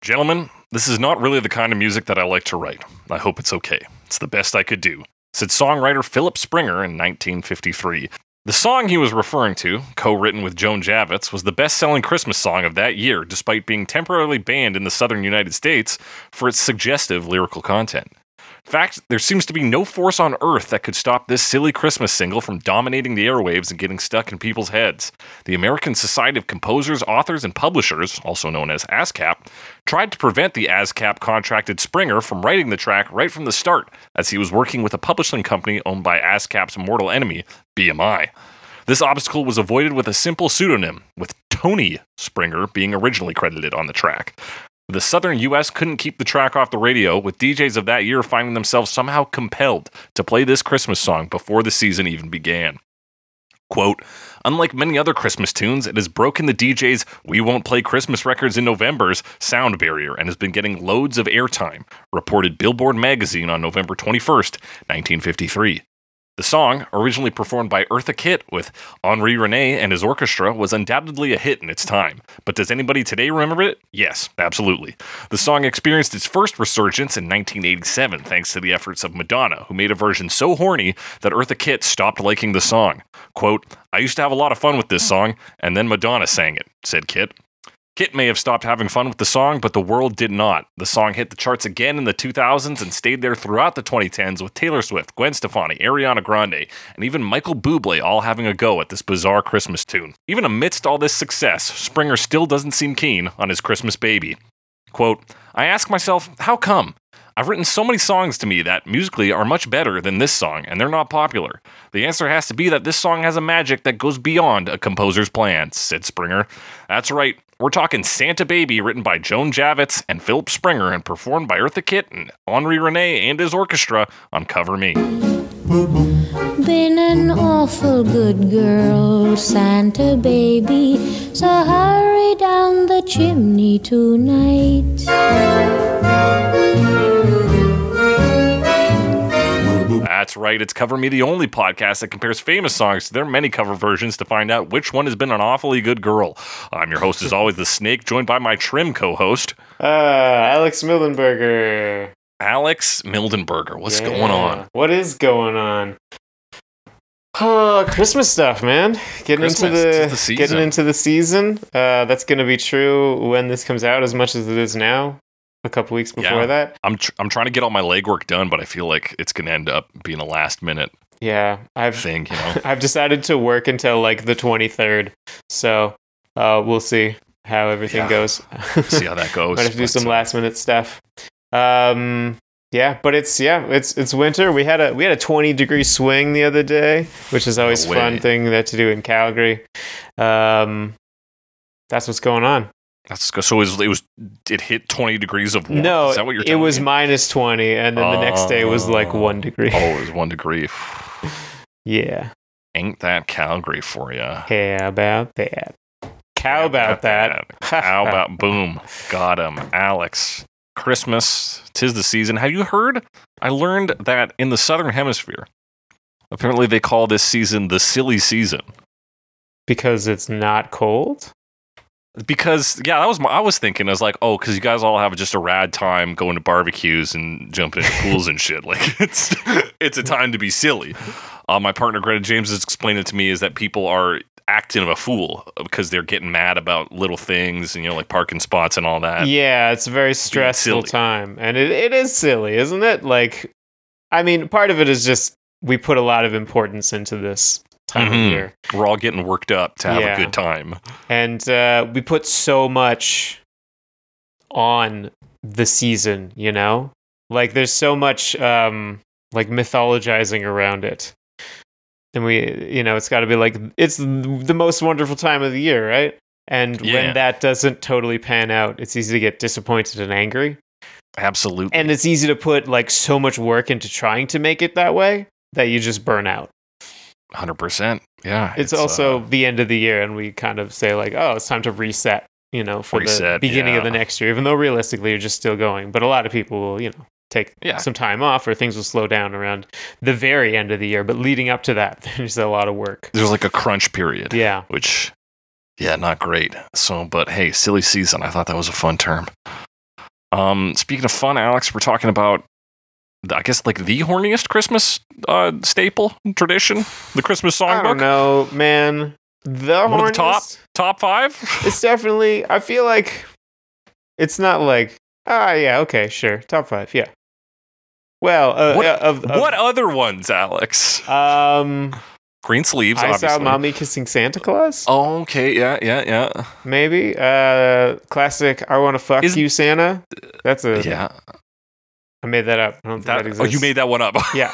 Gentlemen, this is not really the kind of music that I like to write. I hope it's okay. It's the best I could do, said songwriter Philip Springer in 1953. The song he was referring to, co written with Joan Javits, was the best selling Christmas song of that year, despite being temporarily banned in the southern United States for its suggestive lyrical content. In fact, there seems to be no force on earth that could stop this silly Christmas single from dominating the airwaves and getting stuck in people's heads. The American Society of Composers, Authors, and Publishers, also known as ASCAP, tried to prevent the ASCAP contracted Springer from writing the track right from the start, as he was working with a publishing company owned by ASCAP's mortal enemy, BMI. This obstacle was avoided with a simple pseudonym, with Tony Springer being originally credited on the track. The southern US couldn't keep the track off the radio, with DJs of that year finding themselves somehow compelled to play this Christmas song before the season even began. Quote, unlike many other Christmas tunes, it has broken the DJ's We Won't Play Christmas Records in November's sound barrier and has been getting loads of airtime, reported Billboard magazine on November 21st, 1953. The song, originally performed by Eartha Kitt with Henri Rene and his orchestra, was undoubtedly a hit in its time. But does anybody today remember it? Yes, absolutely. The song experienced its first resurgence in 1987 thanks to the efforts of Madonna, who made a version so horny that Eartha Kitt stopped liking the song. Quote, I used to have a lot of fun with this song, and then Madonna sang it, said Kitt. Kit may have stopped having fun with the song, but the world did not. The song hit the charts again in the 2000s and stayed there throughout the 2010s with Taylor Swift, Gwen Stefani, Ariana Grande, and even Michael Bublé all having a go at this bizarre Christmas tune. Even amidst all this success, Springer still doesn't seem keen on his Christmas baby. Quote, I ask myself, how come? I've written so many songs to me that musically are much better than this song, and they're not popular. The answer has to be that this song has a magic that goes beyond a composer's plans, said Springer. That's right, we're talking Santa Baby, written by Joan Javits and Philip Springer, and performed by Eartha Kitt and Henri Rene and his orchestra on Cover Me. Been an awful good girl, Santa baby. So hurry down the chimney tonight. That's right, it's Cover Me, the only podcast that compares famous songs to their many cover versions to find out which one has been an awfully good girl. I'm your host, as always, The Snake, joined by my trim co host, Uh, Alex Mildenberger. Alex Mildenberger. What's Yeah. going on? What is going on? Oh, Christmas stuff, man. Getting Christmas, into the, it's the season. getting into the season. Uh, that's going to be true when this comes out as much as it is now. A couple weeks before Yeah. that. I'm, tr- I'm trying to get all my legwork done, but I feel like it's going to end up being a last minute Yeah, I've thing, you know? I've decided to work until like the 23rd. So, uh, we'll see how everything Yeah. goes. See how that goes. Might have to do But, some uh, last minute stuff. Um, yeah, but it's yeah, it's it's winter. We had a we had a 20 degree swing the other day, which is always a way. fun thing that to do in Calgary. Um, that's what's going on. That's go- so. It was, it was it hit twenty degrees of warmth. no, is that what you're? it telling was me? minus 20, and then the next day was like Oh. one degree. oh, it was one degree. Yeah, Ain't that Calgary for you? how about that? How about that? How about boom? Got him, Alex. Christmas, tis the season. Have you heard? I learned that in the southern hemisphere, apparently they call this season the silly season because it's not cold? because yeah, that was my. I was thinking I was like, oh, because you guys all have just a rad time going to barbecues and jumping in pools and shit. Like it's it's a time to be silly. Uh, my partner Greta James has explained it to me is that people are acting a fool because they're getting mad about little things and you know like parking spots and all that. yeah, it's a very stressful silly. time. And it, it is silly, isn't it? Like, I mean, part of it is just we put a lot of importance into this time Mhm. of year. We're all getting worked up to have Yeah. a good time. And uh, we put so much on the season, you know? Like, there's so much, um, like, mythologizing around it. And we, you know, it's got to be like, it's the most wonderful time of the year, right? And Yeah. when that doesn't totally pan out, it's easy to get disappointed and angry. Absolutely. and it's easy to put like so much work into trying to make it that way that you just burn out. Hundred percent. Yeah. It's, uh, also the end of the year, and we kind of say like, "Oh, it's time to reset," you know, for Reset, the beginning of yeah. the next year. Even though realistically, you're just still going, but a lot of people will, you know, take Yeah. some time off, or things will slow down around the very end of the year. But leading up to that, there's a lot of work. there's like a crunch period. Yeah, Which yeah, not great. So but hey, silly season. I thought that was a fun term. Um, speaking of fun, Alex, we're talking about, I guess, like the horniest Christmas uh, staple tradition, the Christmas I don't songbook. know, man. The One of the horn top top five. It's definitely. I feel like it's not like ah yeah okay sure top five yeah. Well, uh, What- uh, of, of what other ones, Alex? um, Green sleeves, I obviously. Oh. saw mommy kissing Santa Claus. okay, yeah, yeah, yeah, Maybe uh, classic. I want to fuck Is- you, Santa. That's a. yeah. I made that up. I don't think that, That- exists. oh, you made that one up. Yeah.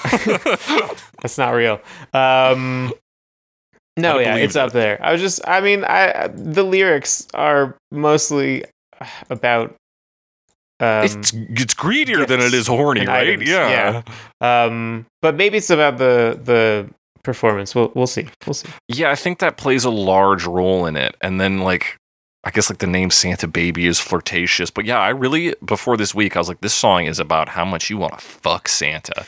That's not real. Um, no, I yeah, believe it's up there. I was just, I mean, I the lyrics are mostly about. Um, it's it's greedier than it gifts is horny, and right? items, yeah. um, but maybe it's about the the performance. We'll we'll see. We'll see. Yeah, I think that plays a large role in it. And then like I guess like the name Santa Baby is flirtatious, but yeah, I really before this week I was like this song is about how much you want to fuck Santa.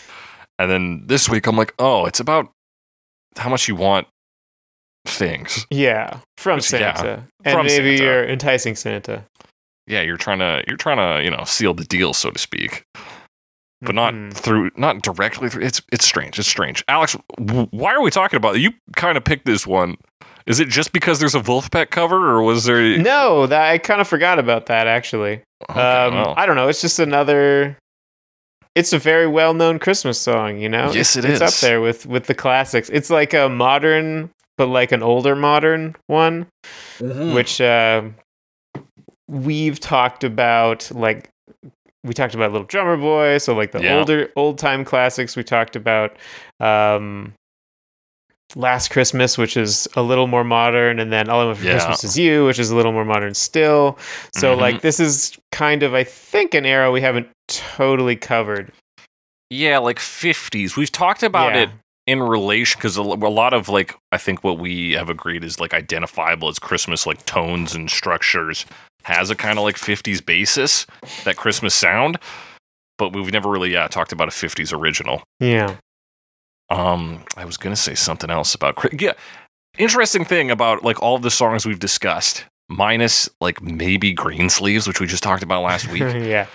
And then this week I'm like, "Oh, it's about how much you want things." Yeah, from Which- yeah, Santa, and from maybe Santa. you're enticing Santa, Yeah, you're trying to you're trying to, you know, seal the deal so to speak, but not Mhm. through not directly through it's it's strange. It's strange. Alex, w- why are we talking about it? You kind of picked this one. Is it just because there's a Wolfpack cover or was there No, that I kind of forgot about that actually. Okay, um, well. I don't know. It's just another. It's a very well-known Christmas song, you know. Yes, it it's is. It's up there with with the classics. It's like a modern, but like an older modern one, which uh, we've talked about. Like we talked about Little Drummer Boy, so like the Yeah. older old-time classics. We talked about um, Last Christmas, which is a little more modern, and then All I Want for Yeah. Christmas Is You, which is a little more modern still. So Mhm. like this is kind of I think an era we haven't totally covered. Yeah, like 50s. We've talked about Yeah. it in relation because a l- a lot of like I think what we have agreed is like identifiable as Christmas like tones and structures has a kind of like 50s basis that Christmas sound, but we've never really yeah, talked about a 50s original. Yeah. Um, I was gonna say something else about Chri- yeah. Interesting thing about like all of the songs we've discussed, minus like maybe Green Sleeves, which we just talked about last week. yeah.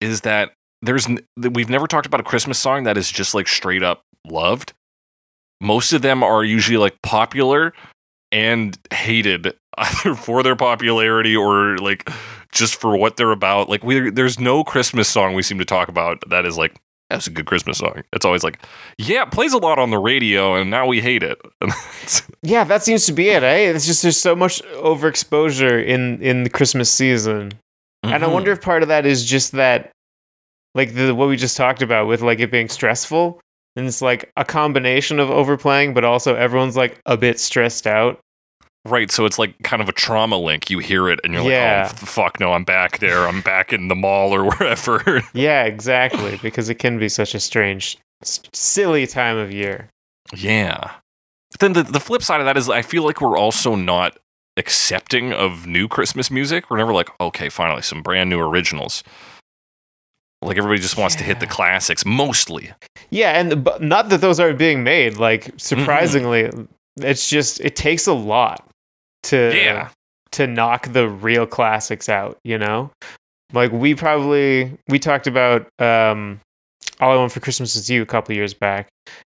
is that there's n- that we've never talked about a Christmas song that is just like straight up loved. Most of them are usually like popular and hated either for their popularity or like just for what they're about. Like we there's no Christmas song we seem to talk about that is like that's a good Christmas song. It's always like, yeah, it plays a lot on the radio and now we hate it. Yeah, that seems to be it, eh? It's just there's so much overexposure in in the Christmas season. And I Mm-hmm. wonder if part of that is just that like the what we just talked about with like it being stressful. And it's like a combination of overplaying, but also everyone's like a bit stressed out. Right, so it's like kind of a trauma link. You hear it and you're Yeah. like, oh, f- fuck, no, I'm back there. I'm back in the mall or wherever. Yeah, exactly. Because it can be such a strange, s- silly time of year. Yeah. But then the, the flip side of that is I feel like we're also not accepting of new Christmas music. We're never like, okay, finally, some brand new originals. Like everybody just wants to hit the Yeah. classics mostly. Yeah, and but not that those aren't being made. Like surprisingly, it's just it takes a lot to Yeah. to knock the real classics out. You know, like we probably we talked about um, all I want for Christmas is you a couple years back,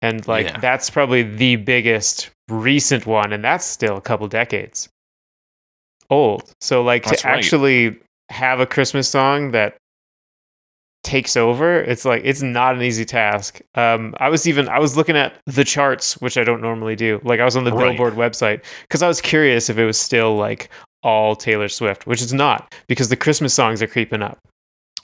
and like Yeah. that's probably the biggest recent one, and that's still a couple decades old. So like That's to right. actually have a Christmas song that takes over it's like it's not an easy task um i was even i was looking at the charts which i don't normally do like i was on the Right. billboard website because i was curious if it was still like all taylor swift which it's not because the christmas songs are creeping up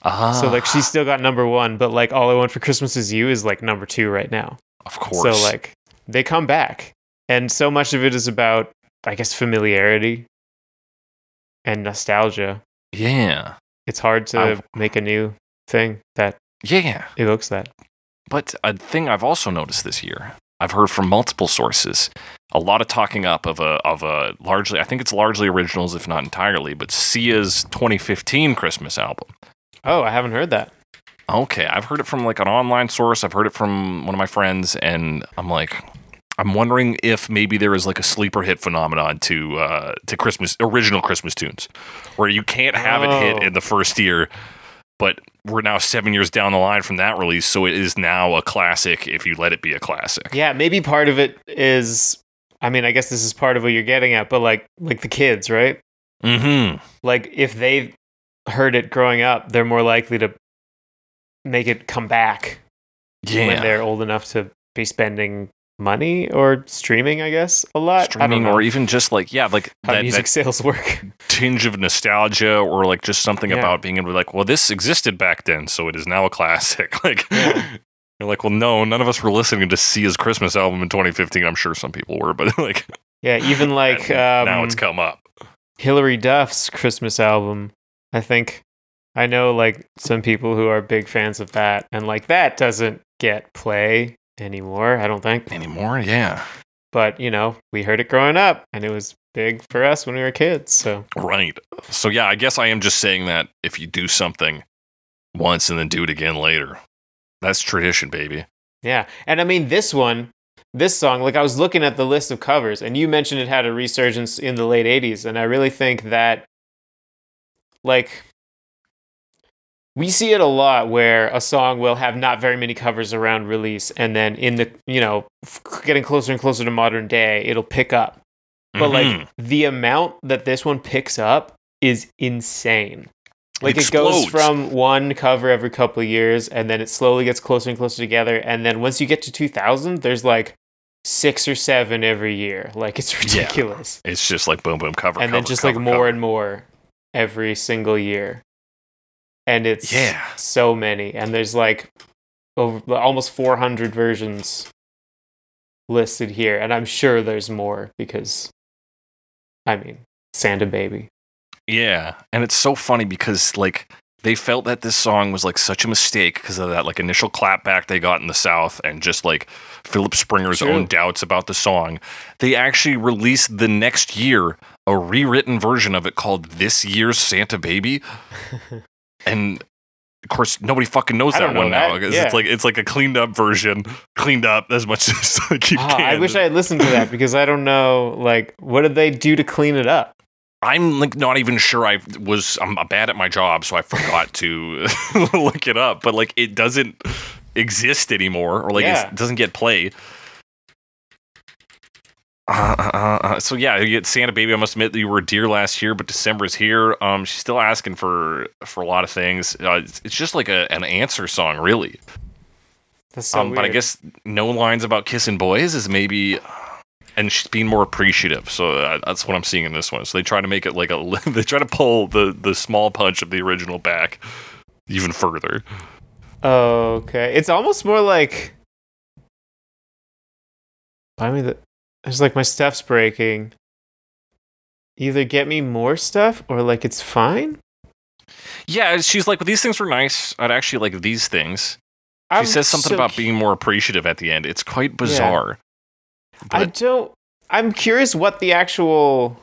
Ah, so like she's still got number one but like all i want for christmas is you is like number two right now Ah, of course. so like they come back and so much of it is about i guess familiarity and nostalgia yeah, it's hard to I- make a new thing that yeah. evokes that But a thing I've also noticed this year, I've heard from multiple sources, a lot of talking up of a of a largely, I think it's largely originals, if not entirely, but Sia's 2015 Christmas album. oh i haven't heard that Okay, I've heard it from like an online source. I've heard it from one of my friends, and I'm like, I'm wondering if maybe there is like a sleeper hit phenomenon to uh, to Christmas original Christmas tunes, where you can't have it hit Oh. in the first year, But we're now seven years down the line from that release, so it is now a classic if you let it be a classic. Yeah, maybe part of it is I mean, I guess this is part of what you're getting at, but like like the kids, right? Mm-hmm. Like if they heard it growing up, they're more likely to make it come back when Yeah. they're old enough to be spending money or streaming, I guess, a lot. I don't Streaming know or even just like yeah, like how that, music that sales work. tinge of nostalgia or like just something Yeah. about being able to be like, well, this existed back then, so it is now a classic. Like you're like, well, no, none of us were listening to see his Christmas album in 2015. I'm sure some people were, but like Yeah, even like um, now it's come up. Hillary Duff's Christmas album. I think I know like some people who are big fans of that, and like that doesn't get play anymore. I don't think, anymore. Yeah, but you know, we heard it growing up, and it was big for us when we were kids. So right. So yeah, I guess I am just saying that if you do something once and then do it again later, that's tradition, baby. yeah, and I mean this one, this song. Like I was looking at the list of covers, and you mentioned it had a resurgence in the late '80s, and I really think that like. We see it a lot where a song will have not very many covers around release, and then in the, you know, f- getting closer and closer to modern day, it'll pick up. But Mhm. like the amount that this one picks up is insane. Like it, goes Explodes. from one cover every couple of years, and then it slowly gets closer and closer together. And then once you get to 2000, there's like six or seven every year. Like it's Yeah. ridiculous. it's just like boom, boom, cover, and then cover, just cover, like more cover. and more every single year. And it's Yeah. so many. And there's like over, almost 400 versions listed here. And I'm sure there's more because, I mean, Santa Baby. Yeah, and it's so funny because like they felt that this song was like such a mistake because of that like initial clapback they got in the South and just like Philip Springer's True. own doubts about the song. They actually released the next year a rewritten version of it called "This Year's Santa Baby," and of course nobody fucking knows I that don't know one now that, 'cause yeah. it's like it's like a cleaned up version, cleaned up as much as like you Ah, can. I wish I had listened to that because I don't know, like, what did they do to clean it up? I'm like not even sure I was I'm uh, bad at my job, so I forgot to look it up. But like it doesn't exist anymore, or like Yeah. it's it doesn't get play. Uh, uh, uh, uh, so yeah, you get Santa Baby. I must admit that you were a deer last year, but December is here. Um, she's still asking for for a lot of things. Uh, it's, it's just like a, an answer song, really. That's so um, but I weird. guess no lines about kissing boys is maybe, and she's being more appreciative. So uh, that's what I'm seeing in this one. So they try to make it like a, li- they try to pull the the small punch of the original back even further. Okay. It's almost more like buy me the it's like my stuff's breaking. Either get me more stuff or like it's fine. Yeah, she's like, well, these things were nice. I'd actually like these things. She I'm says something so about cu- being more appreciative at the end. It's quite bizarre. I but- don't I'm curious what the actual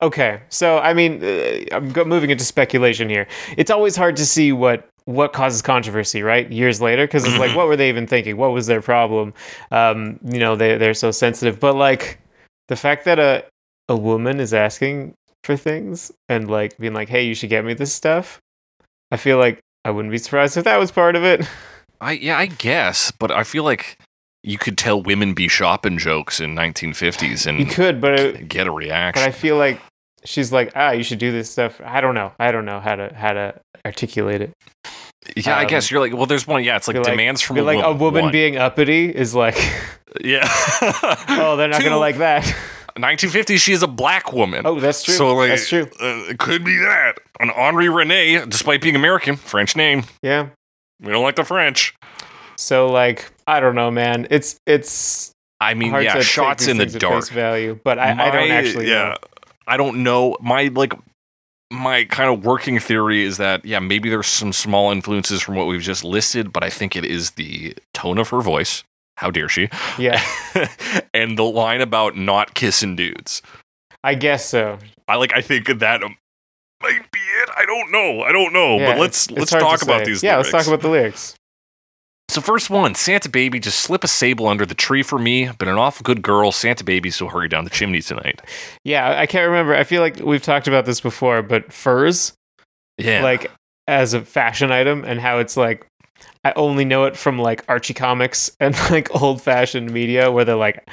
Okay. So I mean, uh, I'm go- moving into speculation here. It's always hard to see what what causes controversy, right? Years later because it's like what were they even thinking? What was their problem? Um, you know, they they're so sensitive, but like the fact that a a woman is asking for things and like being like, "Hey, you should get me this stuff." I feel like I wouldn't be surprised if that was part of it. I yeah, I guess, but I feel like you could tell women be shopping jokes in 1950s You and could, but it, get a reaction. but I feel like she's like, "Ah, you should do this stuff." I don't know. I don't know how to how to articulate it. Yeah, I Um, guess you're like, well, there's one. Yeah, it's like Be demands from be a like woman. a woman one. being uppity is like, yeah. "Oh, they're not going Two, to like that." 1950. She is a black woman. oh, that's true. so like that's true. Uh, it could be that an Henri Rene, despite being American, French name. Yeah. We don't like the French. So like, I don't know, man. It's it's I mean, hard to yeah, take shots these in the things at dark. face value, but I, I don't My- actually. Yeah, know. I don't know. My like, my kind of working theory is that yeah, maybe there's some small influences from what we've just listed, but I think it is the tone of her voice. How dare she? yeah. and the line about not kissing dudes. I guess so. I like. I think that um, might be it. I don't know. I don't know. Yeah, but let's it's- let's it's hard talk to about say. these. Yeah, lyrics. let's talk about the lyrics. So first one, Santa baby, just slip a sable under the tree for me. Been an awful good girl, Santa baby. So hurry down the chimney tonight. Yeah, I can't remember. I feel like we've talked about this before, but furs. Yeah, Like as a fashion item and how it's like I only know it from like Archie comics and like old fashioned media where they're like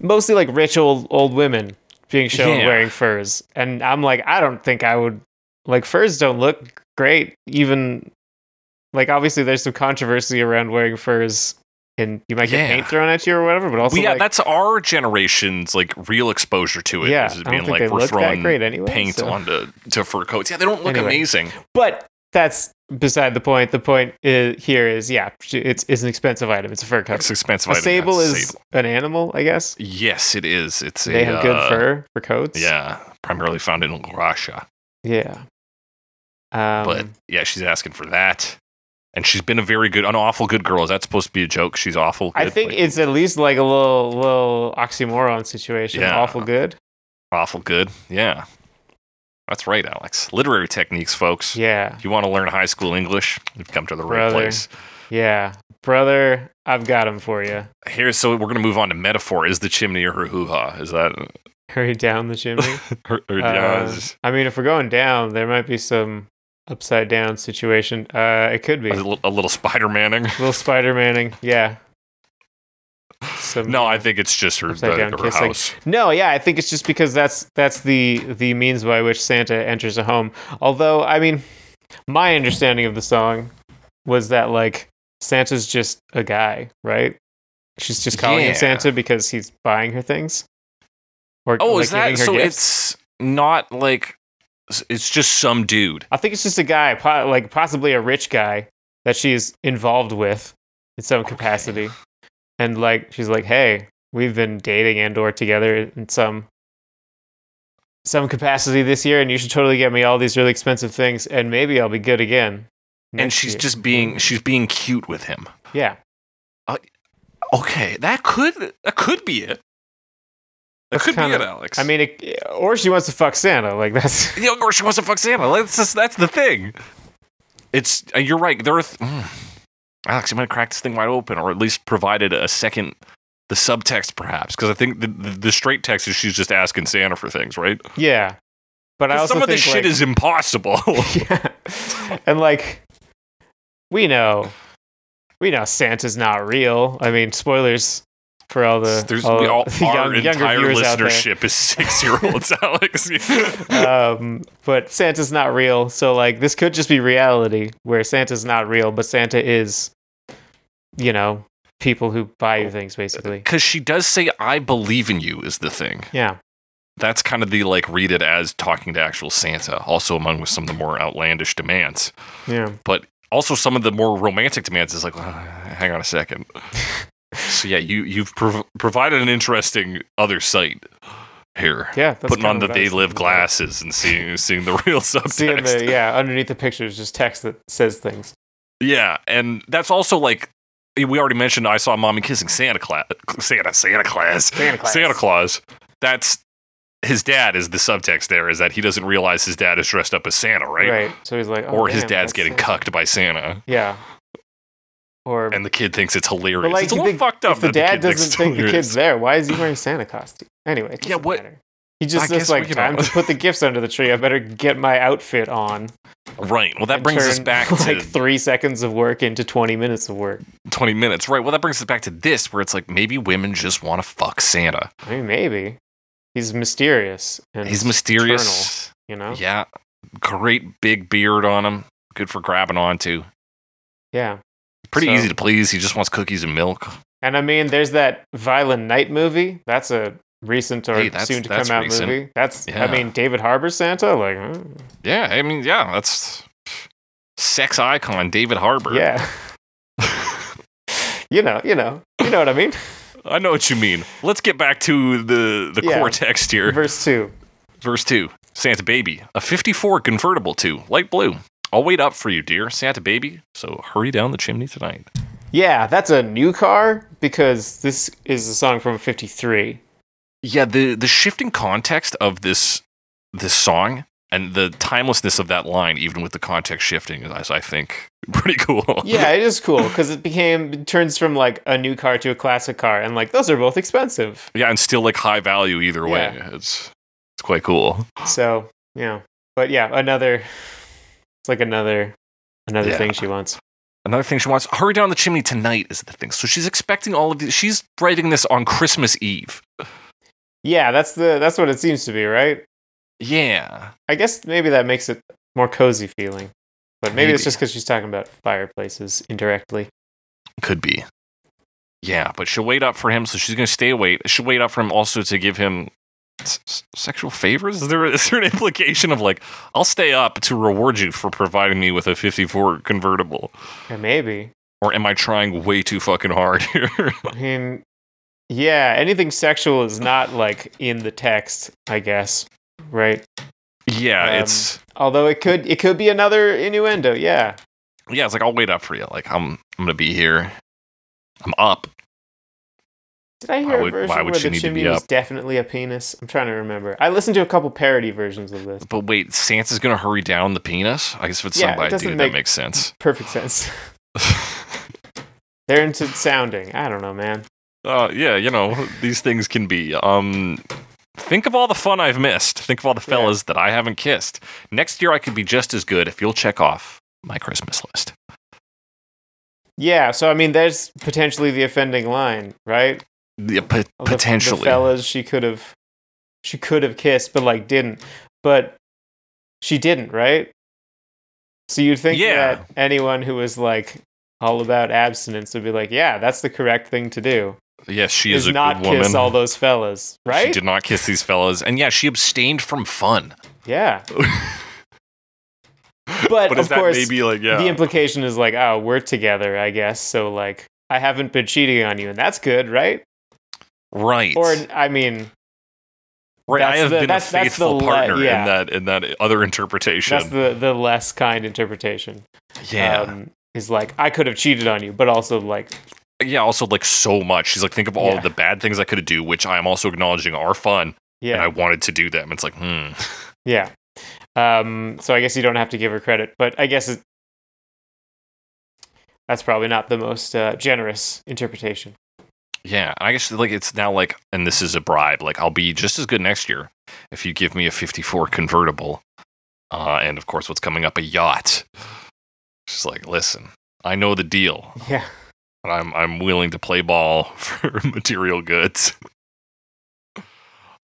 mostly like rich old old women being shown Yeah. wearing furs. And I'm like, I don't think I would like furs don't look great even like obviously there's some controversy around wearing furs and you might get Yeah. paint thrown at you or whatever, but also yeah, like, that's our generation's like real exposure to it. yeah, is I it don't being think like they we're look that throwing great anyway. paint so- onto to fur coats. Yeah, they don't look Anyway. amazing. But that's beside the point. The point is, here is, yeah, it's, it's an expensive item. It's a fur coat. It's expensive. A item, yeah, sable it's a is sable. an animal, I guess. Yes, it is. It's They a have good uh, fur for coats. Yeah, primarily found in Russia. Yeah. Um, but yeah, she's asking for that, and she's been a very good, an awful good girl. Is that supposed to be a joke? She's awful. Good, I think like, it's at least like a little little oxymoron situation. Yeah. Awful good. awful good. Yeah, that's right, Alex. Literary techniques, folks. Yeah. If you want to learn high school English, you've come to the right Brother. place. Yeah. Brother, I've got him for you. Here's so we're gonna move on to metaphor. Is the chimney or her hoo ha? Is that Hurry down the chimney. her, her, yeah, Uh, is, I mean, if we're going down, there might be some upside down situation. Uh, it could be. is it a li- a little Spider Manning? little Spider Manning. Yeah. Some- No, I think it's just her, Upside the, down her kissing. house. No, yeah, I think it's just because that's that's the the means by which Santa enters a home. Although, I mean, my understanding of the song was that like Santa's just a guy, right? She's just calling Yeah. him Santa because he's buying her things. Or Oh, is like, that giving her so? gifts. It's not like it's just some dude. I think it's just a guy, po- like possibly a rich guy that she's involved with in some capacity. And like she's like, "Hey, we've been dating and or together in some some capacity this year and you should totally get me all these really expensive things and maybe I'll be good again." and next she's year." Mm. just being she's being cute with him. Yeah. Okay, that could that could be it. That That's could kinda- be it, Alex. I mean, it, or she wants to fuck Santa. Like that's yeah, or she wants to fuck Santa. Like, That's just, that's the thing. It's uh, you're right. There, are th- mm. Alex, you might have cracked this thing wide open, or at least provided a second the subtext, perhaps, because I think the, the the straight text is she's just asking Santa for things, right? yeah. But I 'Cause also Some of this think, shit like- is impossible. yeah. And like we know we know Santa's not real. I mean, spoilers for all the There's all we all, the our entire viewers out there. listenership is six year olds, Alex. Um, but Santa's not real, so like this could just be reality where Santa's not real, but Santa is you know, people who buy Oh. you things basically. Because she does say, "I believe in you" is the thing. Yeah. that's kind of the like read it as talking to actual Santa, also among with some of the more outlandish demands, Yeah. but also some of the more romantic demands is like, "Uh, hang on a second. so yeah, you you've prov- provided an interesting other site here, Yeah, that's putting kinda on the what I was they live thinking about. glasses and seeing seeing the real Seeing subtext. the yeah, underneath the pictures just text that says things. yeah, and that's also like. We already mentioned I saw mommy kissing Santa Claus. Santa, Santa Claus. Santa Claus. Santa Claus. That's his dad is the subtext there, is that he doesn't realize his dad is dressed up as Santa, right? So he's like, oh, or his damn, dad's that's getting Santa. cucked by Santa, Yeah. Or and the kid thinks it's hilarious. like, it's a you little think fucked up. if the that dad kid thinks doesn't it's think the hilarious. kid's there, why is he wearing Santa costume? Anyway, it Yeah, doesn't what- matter. He I just guess looks we like can time all- to put the gifts under the tree. I better get my outfit on. right. Well, that and brings us turn, back like to three seconds of work into twenty minutes of work. twenty minutes, right? Well, that brings us back to this, where it's like maybe women just want to fuck Santa. I mean, maybe he's mysterious and He's mysterious. You know, yeah. Yeah, great big beard on him. Good for grabbing onto. Pretty So- easy to please. He just wants cookies and milk. And I mean, there's that Violent Night movie. That's a recent or Hey, that's- soon to that's come out recent. movie. That's Yeah. I mean, David Harbour Santa. Like, mm, Yeah, I mean, yeah, that's sex icon David Harbour. yeah. you know, you know, you know what I mean. I know what you mean. Let's get back to the the Yeah. core text here. Verse two. Verse 2 Santa Baby, a 54 convertible to light blue. I'll wait up for you, dear Santa Baby, so hurry down the chimney tonight. Yeah, that's a new car because this is a song from 53. Yeah, the, the shifting context of this this song and the timelessness of that line, even with the context shifting, is, I think, pretty cool. Yeah, it is cool because it became it turns from like a new car to a classic car, and like those are both expensive. Yeah, and still like high value either way. It's it's quite cool. So yeah, but yeah, another It's like another another Yeah. thing she wants. Another thing she wants, hurry down the chimney tonight is the thing. So she's expecting all of these. She's writing this on Christmas Eve. Yeah, that's the that's what it seems to be, right? Yeah. I guess maybe that makes it more cozy feeling. But maybe, Maybe. it's just because she's talking about fireplaces indirectly. Could be. Yeah, but she'll wait up for him, so she's going to stay awake. She'll wait up for him also to give him s- s- sexual favors? Is there, is there an implication of, like, I'll stay up to reward you for providing me with a 54 convertible? Or maybe. Or am I trying way too fucking hard here? I mean, yeah, anything sexual is not like in the text, I guess, right? yeah, Um, it's. Although it could it could be another innuendo. Yeah, Yeah, it's like, I'll wait up for you. Like, I'm, I'm going to be here. I'm up. Did I Why hear a would- why version would where she the need to chimney be was up? definitely a penis? I'm trying to remember. I listened to a couple parody versions of this. But wait, Sansa's going to hurry down the penis? I guess if it's Yeah, done it by a doesn't dude, make- that makes sense. Perfect sense. They're into sounding. I don't know, man. Uh, yeah, you know, these things can be. Um, think of all the fun I've missed. Think of all the Yeah. fellas that I haven't kissed. Next year, I could be just as good if you'll check off my Christmas list. Yeah, so I mean, there's potentially the offending line, right? Yeah, pot- Of Oh, the- potentially. the fellas she could have, she could have kissed, but like didn't, but she didn't, right? So you'd think Yeah. that anyone who was like all about abstinence would be like, yeah, that's the correct thing to do. yes, she is, a not good woman. kiss all those fellas, right? She did not kiss these fellas, and yeah, she abstained from fun. Yeah. But, but of is that course, maybe like yeah? the implication is like, oh, we're together, I guess. So like, I haven't been cheating on you, and that's good, right? right. Or I mean, right. I that's have the- been that's- a that's the faithful le- partner yeah. in that in that other interpretation. that's the the less kind interpretation. yeah. Um, is like, I could have cheated on you, but also like, yeah, also like so much. She's like, think of all Yeah. the bad things I could do, which I am also acknowledging are fun, and I yeah, wanted to do them. It's like, hmm, yeah. Um, so I guess you don't have to give her credit, but I guess it, that's probably not the most uh, generous interpretation. yeah. And I guess like it's now like, and this is a bribe. Like I'll be just as good next year if you give me a '54 convertible, uh, and of course, what's coming up, a yacht. She's like, listen, I know the deal, Yeah. and I'm I'm willing to play ball for material goods.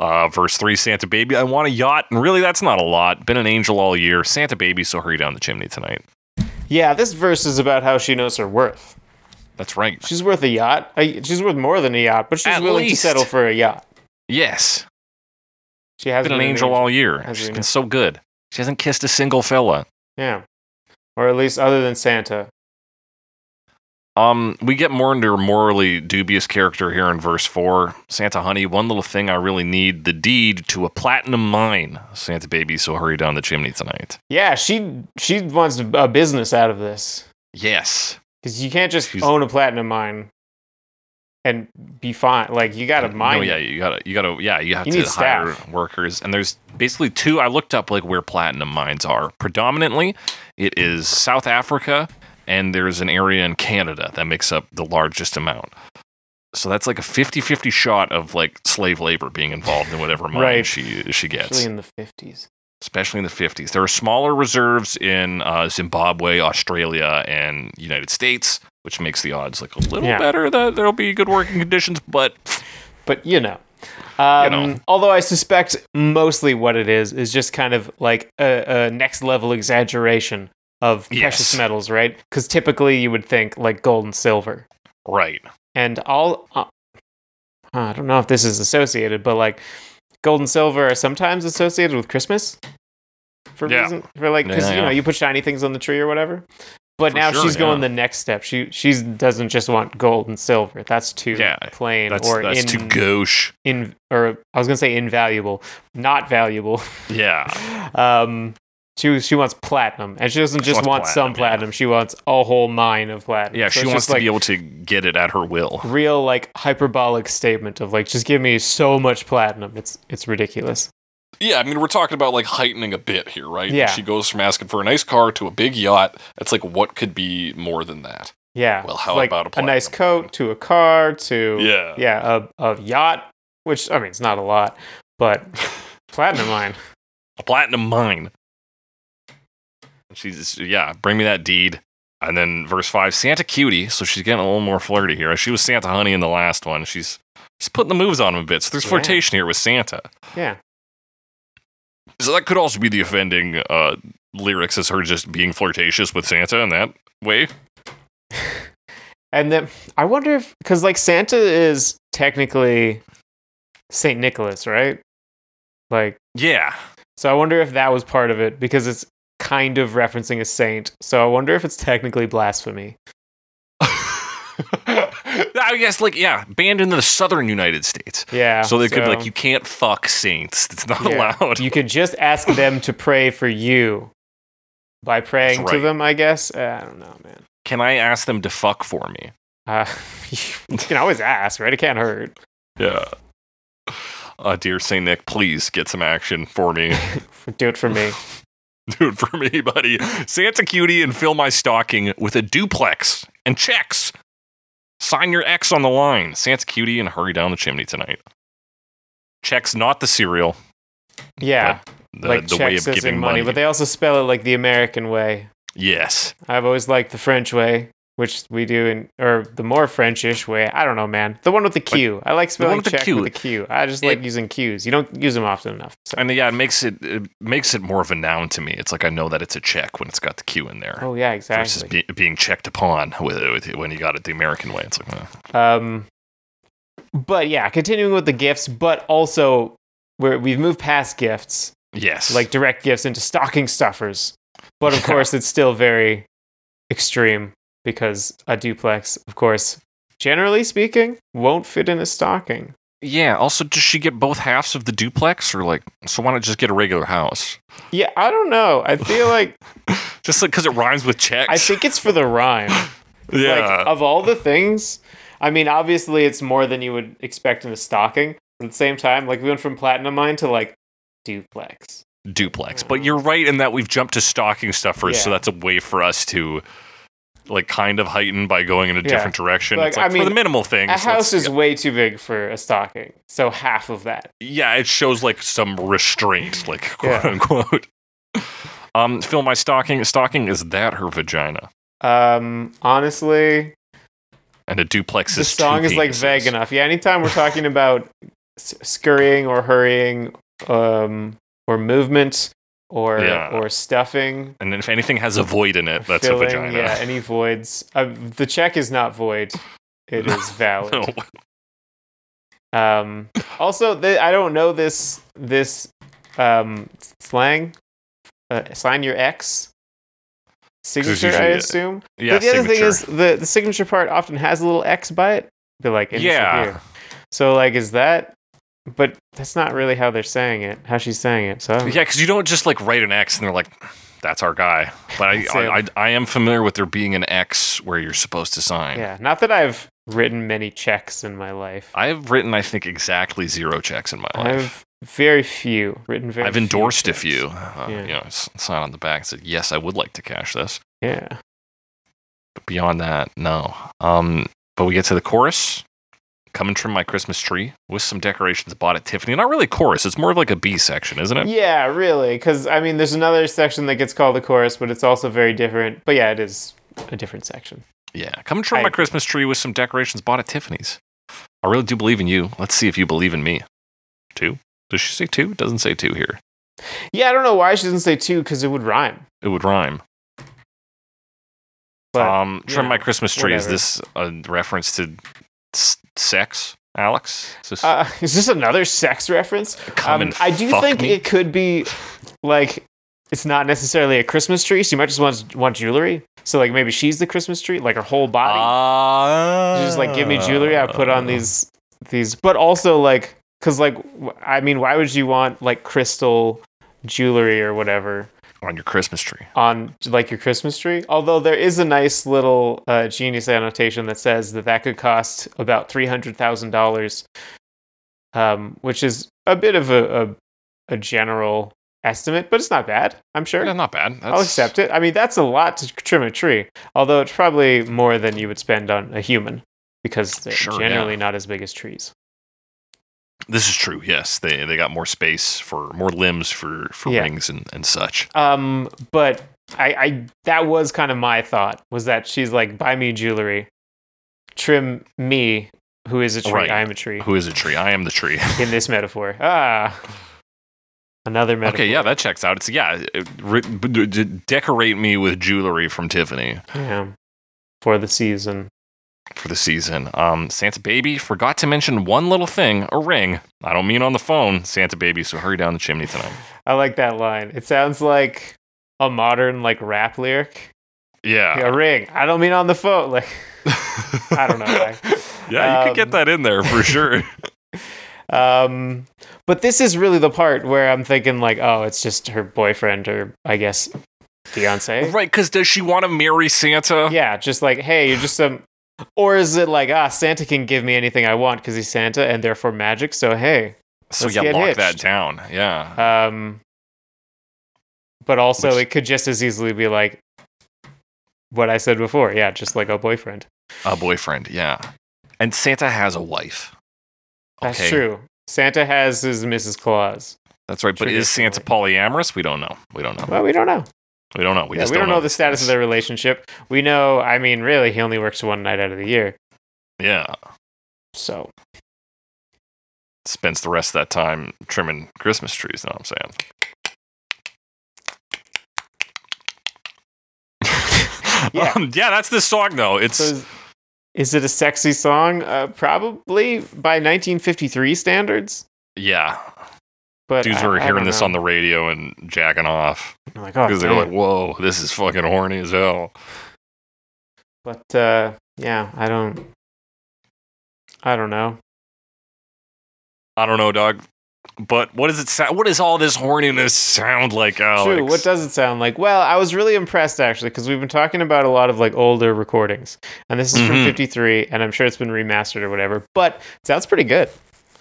Uh, verse three, Santa baby, I want a yacht, and really, that's not a lot. Been an angel all year, Santa baby. So hurry down the chimney tonight. Yeah, this verse is about how she knows her worth. That's right. She's worth a yacht. A- She's worth more than a yacht, but she's At willing least. to settle for a yacht. Yes. She has Been an angel all year. Has She's been been an- so good. She hasn't kissed a single fella. Yeah, or at least other than Santa. Um, we get more into her morally dubious character here in verse four. Santa honey, one little thing I really need, the deed to a platinum mine. Santa baby, so hurry down the chimney tonight. Yeah, she she wants a business out of this Yes. because you can't just She's- own a platinum mine and be fine. Like you got to mine. No, yeah, it. you gotta you gotta yeah, you have You to need hire staff. workers. And there's basically two I looked up like where platinum mines are. Predominantly it is South Africa and there's an area in Canada that makes up the largest amount. So that's like a 50-50 shot of like slave labor being involved in whatever mine Right. she she Especially gets, in the fifties. especially in the 50s. There are smaller reserves in uh, Zimbabwe, Australia, and United States, which makes the odds like a little Yeah. better that there'll be good working conditions, but But you know. Um, know. Although I suspect mostly what it is is just kind of like a, a next level exaggeration of precious Yes. metals, right? Because typically you would think like gold and silver, right. and all uh, I don't know if this is associated, but like gold and silver are sometimes associated with Christmas for Yeah. reason for like because Yeah, you know yeah. you put shiny things on the tree or whatever. But For now sure, she's going yeah. the next step. She she doesn't just want gold and silver. That's too Yeah, plain That's or that's in, too gauche. in or I was gonna say invaluable, not valuable. Yeah. Um, she she wants platinum, and she doesn't She just wants want some platinum, yeah. platinum. She wants a whole mine of platinum. Yeah, So she it's wants just to like be able to get it at her will. real like hyperbolic statement of like just give me so much platinum it's it's ridiculous Yeah, I mean, we're talking about like heightening a bit here, right? Yeah. She goes from asking for a nice car to a big yacht. That's like, what could be more than that? yeah Well, it's how like about a nice platinum? coat to a car to Yeah. yeah a, a yacht which i mean it's not a lot but platinum line A platinum mine. And She's yeah, bring me that deed. And then verse five, Santa cutie. So she's getting a little more flirty here. She was Santa honey in the last one. She's she's putting the moves on him a bit. So there's Yeah. flirtation here with Santa. Yeah. So that could also be the offending uh, lyrics as her just being flirtatious with Santa in that way. And then I wonder if because like Santa is technically Saint Nicholas, right? Like Yeah. so I wonder if that was part of it because it's kind of referencing a saint. So I wonder if it's technically blasphemy. I guess like yeah, banned in the southern United States. Yeah. so they could like you can't fuck saints. It's not Yeah. allowed. you could just ask them to pray for you by praying to right. them, I guess. Uh, I don't know, man. Can I ask them to fuck for me? Uh, you can always ask, right? It can't hurt. Yeah. Uh, dear Saint Nick, please get some action for me. Do it for me. Do it for me, buddy. Santa cutie and fill my stocking with a duplex and checks. Sign your X on the line. Santa cutie and hurry down the chimney tonight. Checks, not the cereal. Yeah, The, like the way checks of as in giving money, money. but they also spell it like the American way. yes. I've always liked the French way, which we do in or the more Frenchish way. I don't know, man. The one with the Q. I like one spelling with the check Q. with the Q. I just like It- using Qs. You don't use them often enough. So. And yeah, it makes it, it makes it more of a noun to me. It's like I know that it's a check when it's got the Q in there. Oh yeah, Versus exactly. be, being checked upon with, with when you got it the American way. It's like, eh. Um, but yeah, continuing with the gifts, but also where we've moved past gifts, yes. like direct gifts into stocking stuffers. But of Yeah. course, it's still very extreme because a duplex, of course, generally speaking, won't fit in a stocking. Yeah. Also, does she get both halves of the duplex, or like, so why not just get a regular house? Yeah, I don't know. I feel like Just like because it rhymes with checks. I think it's for the rhyme. Yeah. Like of all the things, I mean, obviously it's more than you would expect in a stocking. But at the same time, like we went from platinum mine to like duplex. duplex. But you're right in that we've jumped to stocking stuffers, so Mm. Yeah. that's a way for us to like kind of heighten by going in a Yeah. different direction. Like, it's like I mean, for the minimal things. A let's- house is way too big for a stocking, so half of that. yeah, it shows like some restraint, like quote Yeah. unquote. Um, fill my stocking. Stocking is that her vagina, Um, honestly, and a duplex the is two song is like vague penises. enough. Yeah, anytime we're talking about s- scurrying or hurrying, um, or movement, or Yeah. or stuffing, And then if anything has a void in it, that's filling, a vagina. Yeah, any voids. Uh, the check is not void. It is valid. No. Um, also, th- I don't know this this um, slang. Uh, sign your X signature, I usually a- assume. Yeah, but the other thing signature. is the the signature part often has a little X by it. They're like initial Yeah. here. So like, is that? But that's not really how they're saying it. How she's saying it. So I don't Yeah, because you don't just like write an X and they're like, "That's our guy." But I, That's I, I, him. I am familiar with there being an X where you're supposed to sign. yeah. Not that I've written many checks in my life. I've written, I think, exactly zero checks in my life. I've very few written. Very I've, endorsed a checks. few. Uh, Yeah. You know, s- sign on the back and said, "Yes, I would like to cash this." Yeah. But beyond that, no. Um, but we get to the chorus. Come and trim my Christmas tree with some decorations bought at Tiffany. Not really chorus. It's more of like a B section, isn't it? Yeah, really. Because, I mean, there's another section that gets called the chorus, but it's also very different. But yeah, it is a different section. Yeah, come and trim I my agree. Christmas tree with some decorations bought at Tiffany's. I really do believe in you. Let's see if you believe in me. Two? Does she say two? It doesn't say two here. Yeah, I don't know why she doesn't say two, because it would rhyme. It would rhyme. But um, you trim my know, Christmas tree. whatever. Is this a reference to s- sex, Alex? Is this uh, is this another sex reference? come and Um, I do fuck think me? it could be like it's not necessarily a Christmas tree. She might just want, want jewelry. So, like, maybe she's the Christmas tree, like her whole body. Ah. She's just like give me jewelry i put on these these but also like because like w- i mean why would you want like crystal jewelry or whatever on your Christmas tree. on like your christmas tree although there is a nice little uh, genius annotation that says that that could cost about $300000 um, which is a bit of a, a, a general estimate but it's not bad i'm sure Yeah, not bad. That's, I'll accept it. I mean, that's a lot to trim a tree, although it's probably more than you would spend on a human because they're Sure, yeah. generally not as big as trees. This is true. Yes, they they got more space for more limbs for for Yeah. wings and and such. Um, but I, I that was kind of my thought was that she's like buy me jewelry, trim me who is a tree. Right. I am a tree Who is a tree? I am the tree. in this metaphor. Ah, another metaphor. Okay, yeah, that checks out. It's yeah, it- re- b- d- decorate me with jewelry from Tiffany yeah. For the season, for the season. Um, Santa baby forgot to mention one little thing: a ring. I don't mean on the phone, Santa baby. So hurry down the chimney tonight. I like that line. It sounds like a modern like rap lyric. Yeah, a ring. I don't mean on the phone. Like I don't know. Like, yeah, you could Um, get that in there for sure. Um, but this is really the part where I'm thinking like, oh, it's just her boyfriend or I guess fiance. right? Because does she want to marry Santa? Yeah, just like, hey, you're just some. Or is it like, ah, Santa can give me anything I want because he's Santa and therefore magic. So hey, so let's yeah, get lock that hitched. down. Yeah, um, but also Which- it could just as easily be like what I said before. Yeah, just like a boyfriend. a boyfriend. Yeah, and Santa has a wife. That's true. Santa has his Mrs. Claus. That's right. But is Santa polyamorous? We don't know. We don't know. Well, we don't know. We don't know. We yeah, just we don't know the these status of things. their relationship. We know, I mean, really, he only works one night out of the year. Yeah, So spends the rest of that time trimming Christmas trees. Know what I'm saying? Yeah. Um, yeah, that's this song though. It's So is, is it a sexy song? Uh, probably by 1953 standards. yeah. But Dudes I- were I hearing don't this know. on the radio and jacking off I'm like, oh, because they were like, man. "Whoa, this is fucking horny as hell." but uh, yeah, I don't, I don't know. I don't know, dog. But what does it sound? What does all this horniness sound Oh, like, Alex? True. What does it sound like? Well, I was really impressed actually because we've been talking about a lot of like older recordings, and this is from Mhm. '53, and I'm sure it's been remastered or whatever. But it sounds pretty good,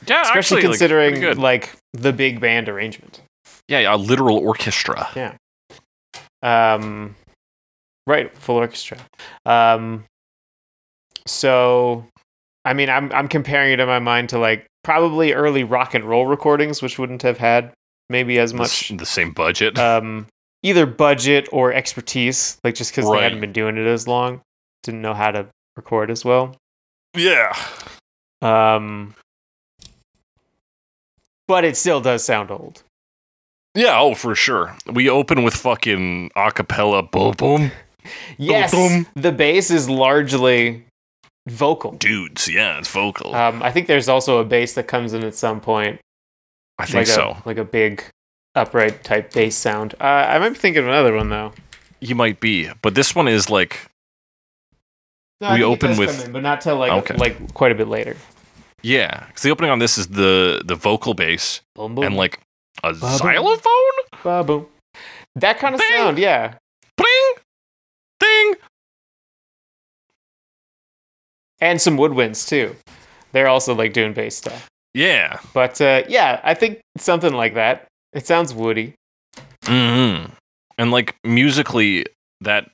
yeah, Oh, especially actually, like, considering pretty good. like the big band arrangement. yeah, a literal orchestra. Um, right, full orchestra. Um, so, I mean, I'm I'm comparing it in my mind to like probably early rock and roll recordings, which wouldn't have had maybe as The s- much the same budget. um either budget or expertise, like just because they hadn't Right. been doing it as long, didn't know how to record as well. yeah, Um, but it still does sound old. yeah. Oh, for sure. We open with fucking acapella. Boom, boom. Yes, dum. the bass is largely vocal. Dudes. Yeah, it's vocal. Um, I think there's also a bass that comes in at some point, I think like a so. like a big upright type bass sound. Uh, I might be thinking of another one though. You might be, but this one is like No, I We think it open does with- come in, but not till like Okay. like quite a bit later. yeah. Because the opening on this is the the vocal bass Boom and like a Ba-boom. xylophone. Ba, boom. That kind of Bang! sound, yeah. Bling, ding. And some woodwinds too. They're also like doing bass stuff. Yeah. But uh, yeah, I think something like that. It sounds woody. hmm And like musically, that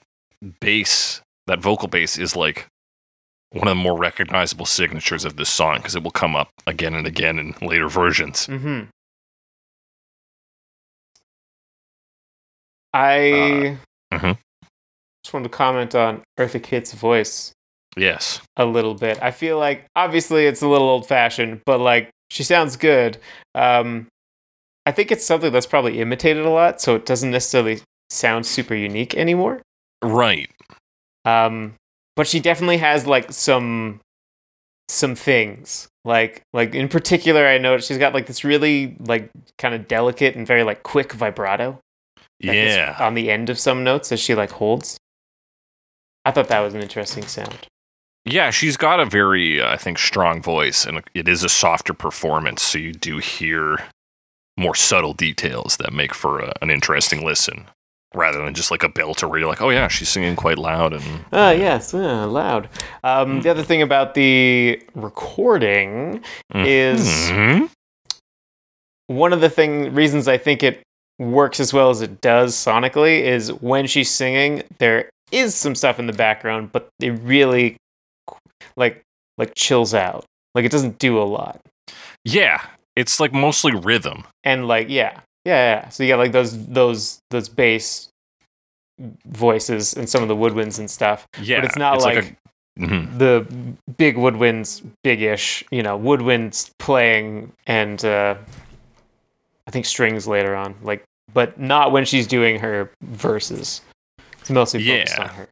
bass, that vocal bass is like one of the more recognizable signatures of this song because it will come up again and again in later versions. Mm-hmm. I Uh, mhm. just wanted to comment on Eartha Kitt's voice. Yes. a little bit. I feel like obviously it's a little old fashioned, but like she sounds good. Um, I think it's something that's probably imitated a lot, so it doesn't necessarily sound super unique anymore. Right. Um, but she definitely has like some some things. Like like in particular, I noticed she's got like this really like kind of delicate and very like quick vibrato that is yeah. on the end of some notes as she like holds. I thought that was an interesting sound. yeah. She's got a very, uh, I think, strong voice, and it is a softer performance. So you do hear more subtle details that make for a, an interesting listen rather than just like a belter where you're like, oh, yeah, she's singing quite loud. And Ah, yes, uh, loud. Um, the other thing about the recording, is- Mhm. one of the thing reasons I think it works as well as it does sonically is when she's singing, there is some stuff in the background, but it really like like chills out. Like it doesn't do a lot. Yeah, it's like mostly rhythm. And like yeah, yeah, yeah. So you got like those those those bass voices and some of the woodwinds and stuff. Yeah, but it's not like, a, Mhm. the big woodwinds, big-ish, you know, woodwinds playing and uh, I think strings later on, like, but not when she's doing her verses. It's mostly focused Yeah. on her.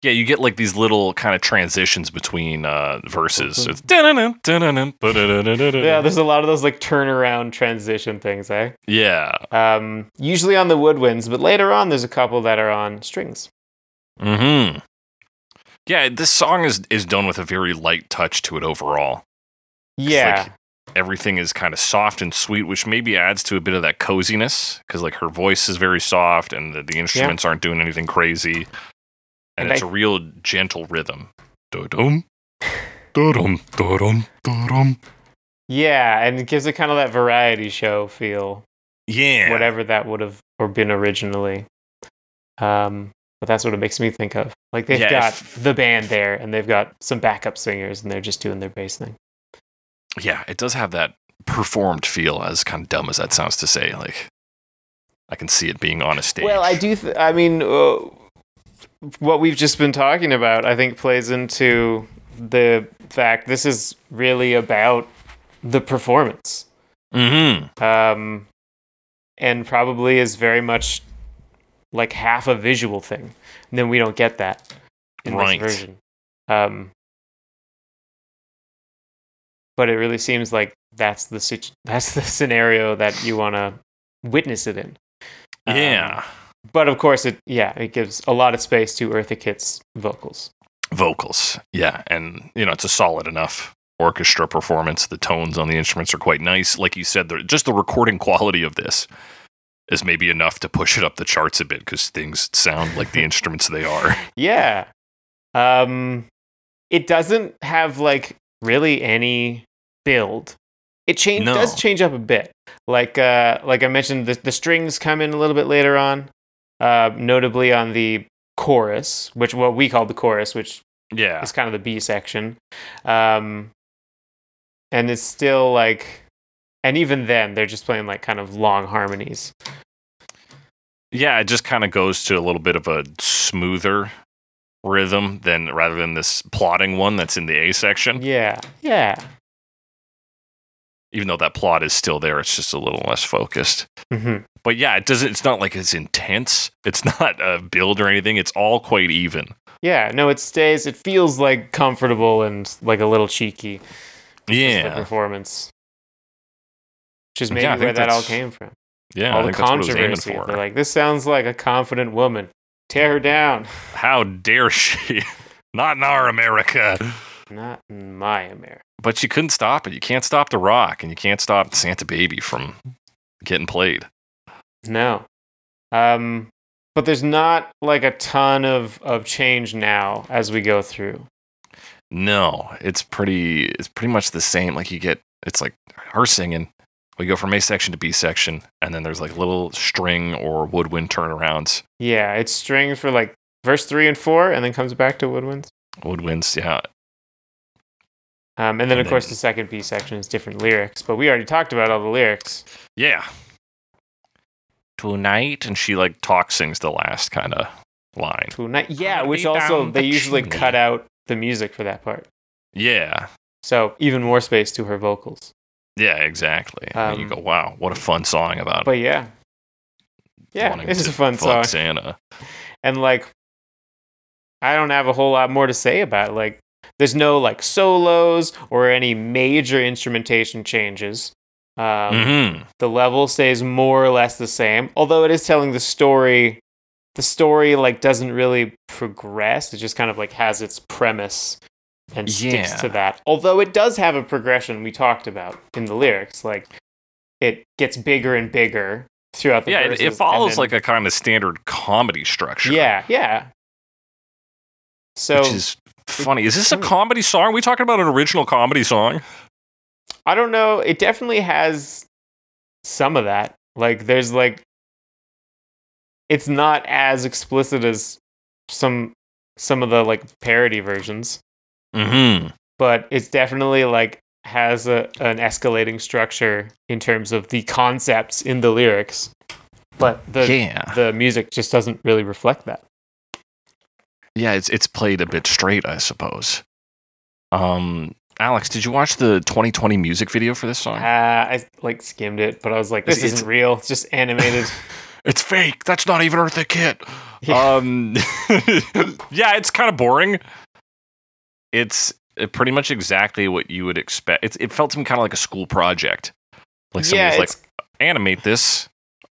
yeah. You get like these little kind of transitions between uh, verses. So it's dun-dun-dun, dun-dun-dun, ba-da-da-da-da-da. Yeah, there's a lot of those like turnaround transition things, eh? yeah. Um, usually on the woodwinds, but later on there's a couple that are on strings. Hmm. Yeah, this song is is done with a very light touch to it overall. Yeah, Everything is kind of soft and sweet, which maybe adds to a bit of that coziness because like her voice is very soft and the, the instruments aren't doing anything crazy, and, And it's I- a real gentle rhythm. Da-dum, da-dum, da-dum, da-dum. yeah, and it gives it kind of that variety show feel, Yeah. whatever that would have or been originally. Um, but that's what it makes me think of. Like they've Yeah, got if- the band there, and they've got some backup singers, and they're just doing their bass thing. Yeah, it does have that performed feel. As kind of dumb as that sounds to say, like I can see it being on a stage. Well, I do. Th- I mean, uh, what we've just been talking about, I think, plays into the fact this is really about the performance, Mm-hmm. um, and probably is very much like half a visual thing. And then we don't get that in Right. this version. Um, but it really seems like that's the situ- that's the scenario that you want to witness it in. Um, Yeah. but of course it yeah it gives a lot of space to eartha kitt's vocals vocals. Yeah, and you know it's a solid enough orchestra performance. The tones on the instruments are quite nice. Like you said, the- just the recording quality of this is maybe enough to push it up the charts a bit because things sound like the instruments they are. yeah um it doesn't have like really any build it change No. does change up a bit like uh like i mentioned the, the strings come in a little bit later on uh notably on the chorus which what we call the chorus which Yeah, It's kind of the B section. Um, and it's still like, and even then, they're just playing like kind of long harmonies. yeah. It just kind of goes to a little bit of a smoother rhythm than rather than this plotting one that's in the A section. Yeah, yeah. Even though that plot is still there, it's just a little less focused. hmm But yeah, it doesn't. It's not like it's intense. It's not a build or anything. It's all quite even. Yeah, no, it stays, it feels like comfortable and like a little cheeky, just the Yeah, performance. Which is Yeah, maybe I where think that all that's- came from. yeah. all I the think that's what it was aiming controversy. They're like, this sounds like a confident woman. Tear her down. How dare she? Not in our America. Not in my America. But you couldn't stop it. You can't stop The Rock, and you can't stop Santa Baby from getting played. No. Um, but there's not like a ton of, of change now as we go through. No, it's pretty. It's pretty much the same. Like you get, it's like her singing. We go from A section to B section, and then there's like little string or woodwind turnarounds, Yeah, it's strings for like verse three and four, and then comes back to woodwinds. woodwinds. Yeah, Um, and then, And of course, then- the second B section is different lyrics, but we already talked about all the lyrics. yeah. Tonight, and she like talk sings the last kind of line. Tonight, yeah, Gonna which be also down they the usually chimney. cut out the music for that part, Yeah, so even more space to her vocals. yeah, exactly. and you Um, go, wow, what a fun song about But yeah, yeah, wanting this is to a fun song. fuck Santa. and like i don't have a whole lot more to say about it. like there's no like solos or any major instrumentation changes um, Mhm. the level stays more or less the same although it is telling the story the story like doesn't really progress it just kind of like has its premise and Yeah. sticks to that although it does have a progression we talked about in the lyrics like it gets bigger and bigger throughout the Yeah, it, verses, it and follows then- like a kind of standard comedy structure. yeah, yeah. So Hmm. which is funny. Is this a comedy song? Are we talking about an original comedy song? I don't know. It definitely has some of that. Like, there's like, it's not as explicit as some some of the like parody versions, Mm-hmm. but it's definitely like has a, an escalating structure in terms of the concepts in the lyrics. but the Yeah. the music just doesn't really reflect that. Yeah, it's it's played a bit straight, I suppose. Um, Alex, did you watch the 2020 music video for this Uh, song? I like skimmed it, but I was like, this It's- isn't real. It's just animated. It's fake. That's not even Eartha Kitt. Yeah. Um, yeah, it's kind of boring. It's uh, pretty much exactly what you would expect. It's, it felt to me kind of like a school project. Like somebody was like, it's- animate this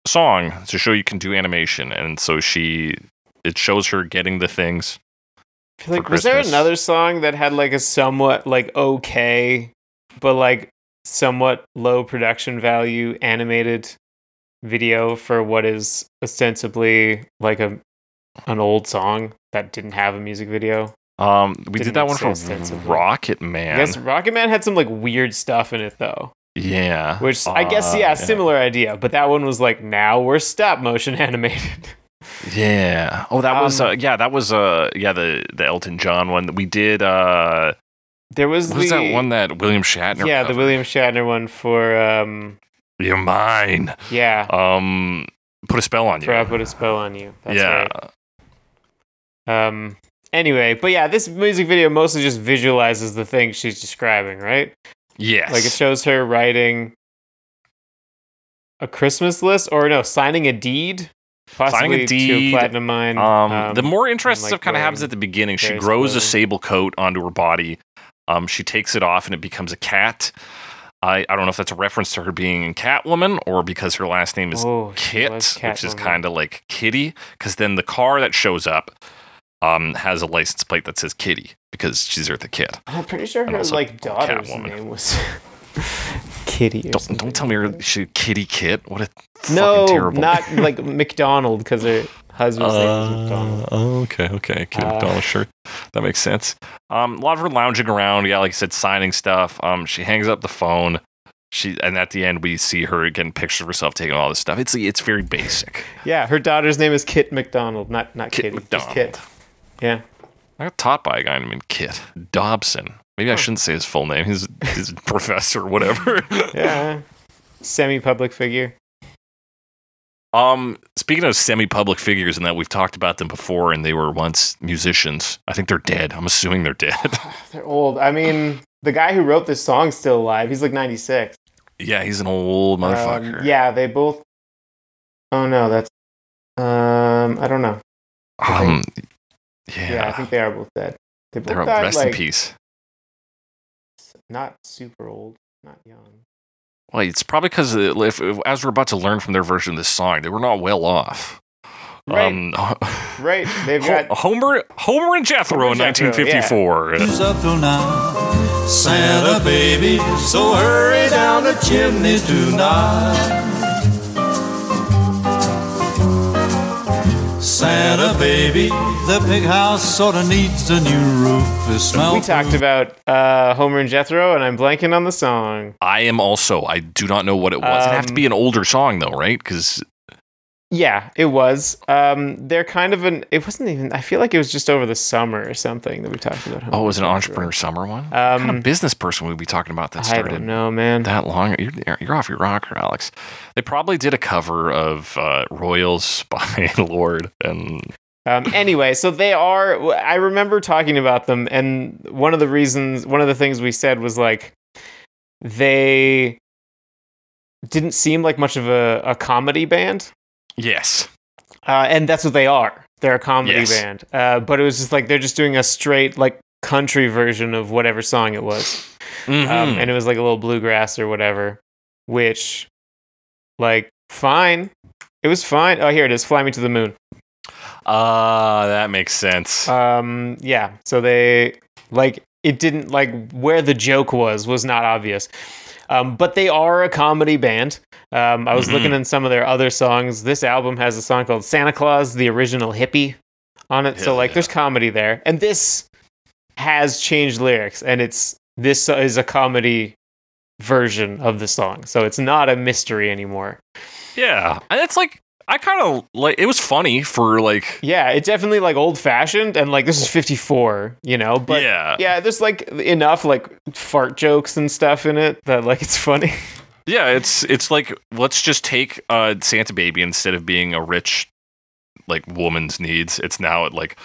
song to show you can do animation, and so she it shows her getting the things. feel like, for was there Christmas. another song that had like a somewhat like okay, but like somewhat low production value animated video for what is ostensibly like a an old song that didn't have a music video? Um, we did Didn't that one for exist, that's a- Rocket I Man. guess Rocket Man had some like weird stuff in it though. yeah, Which I guess, Uh, yeah, similar idea, but that one was like now we're stop motion animated. Yeah. Oh, that was Um, uh, yeah, that was uh yeah the the Elton John one that we did. Uh, There was, what was the, that one that William Shatner? yeah, the covered? William Shatner one for um, You're mine. yeah, Um, put a spell on you. for I put a spell on you. That's yeah. right. Um. Anyway, but yeah, this music video mostly just visualizes the thing she's describing, right? Yes. Like it shows her writing a Christmas list, or no, signing a deed, possibly Signing a to a deed, platinum mine. um, the more interesting like stuff kind of happens wearing at the beginning. She various grows a clothes. sable coat onto her body. Um, she takes it off and it becomes a cat. I, I don't know if that's a reference to her being Catwoman or because her last name is oh, she Kit, was which is Catwoman. kind of like Kitty, because then the car that shows up um, has a license plate that says Kitty because she's Eartha Kit. I'm pretty sure and her also like daughter's Catwoman. name was Kitty. Or Don't, something. don't tell me her- she Kitty Kit. What a no, fucking terrible. not like McDonald because her husband's name is Uh, McDonald. oh, okay, okay. Kid Uh, McDonald, sure. That makes sense. Um, a lot of her lounging around, yeah, like I said, signing stuff. Um, she hangs up the phone. She and at the end we see her again, pictures of herself taking all this stuff. It's it's very basic. Yeah, her daughter's name is Kit McDonald, not not Kit Kitty, just Kit. Yeah. I got taught by a guy named Kit Dobson. Maybe I shouldn't say his full name. He's he's a professor, whatever. Yeah. Semi-public figure. Um, speaking of semi-public figures, and that we've talked about them before, and they were once musicians. I think they're dead. I'm assuming they're dead. They're old. I mean, the guy who wrote this song's still alive. He's like 96. yeah, he's an old Um, motherfucker. yeah, they both Oh no, that's um I don't know. Um, yeah, Yeah, I think they are both dead. They both they're died, rest in like, peace. Not super old, not young. Well, it's probably because if, if- as we're about to learn from their version of this song, they were not well off. Right. Um, right. They've Ho- got Homer, Homer and Jethro Homer in and Jethro, 1954. Who's up till now? Santa baby, so hurry down the chimney tonight. Santa baby, the big house sorta needs a new roof. It smells. we talked about uh, Homer and Jethro, and I'm blanking on the song. I am also. I do not know what it was. It'd have to Um, be an older song though, right? Because Yeah, it was. Um, they're kind of an. It wasn't even. I feel like it was just over the summer or something that we talked about. oh, it was an Homer. entrepreneur summer one. what kind Um, of business person would we be talking about that I started don't know, man. that long? You're, you're off your rocker, Alex. They probably did a cover of uh, Royals by Lord and Um, anyway, so they are. I remember talking about them, and one of the reasons, one of the things we said was like, they didn't seem like much of a, a comedy band, yes. uh, and that's what they are. They're a comedy Yes. band, uh, but it was just like they're just doing a straight like country version of whatever song it was. Mhm. um, and it was like a little bluegrass or whatever, which, like, fine. It was fine. Oh, here it is. Fly me to the moon. Ah, that makes sense. Um, yeah. So they like it didn't like where the joke was was not obvious. Um, but they are a comedy band. Um, I was Mhm. looking in some of their other songs. This album has a song called Santa Claus, the original hippie, on it. so Hell like, yeah. there's comedy there, and this has changed lyrics, and it's this is a comedy version of the song. So it's not a mystery anymore. yeah, and it's like I kind of like it was funny for like Yeah, it's definitely like old fashioned, and like this is 54, you know, but yeah. yeah, there's like enough like fart jokes and stuff in it that like it's funny. Yeah, it's it's like let's just take uh, Santa Baby instead of being a rich like woman's needs. It's now at like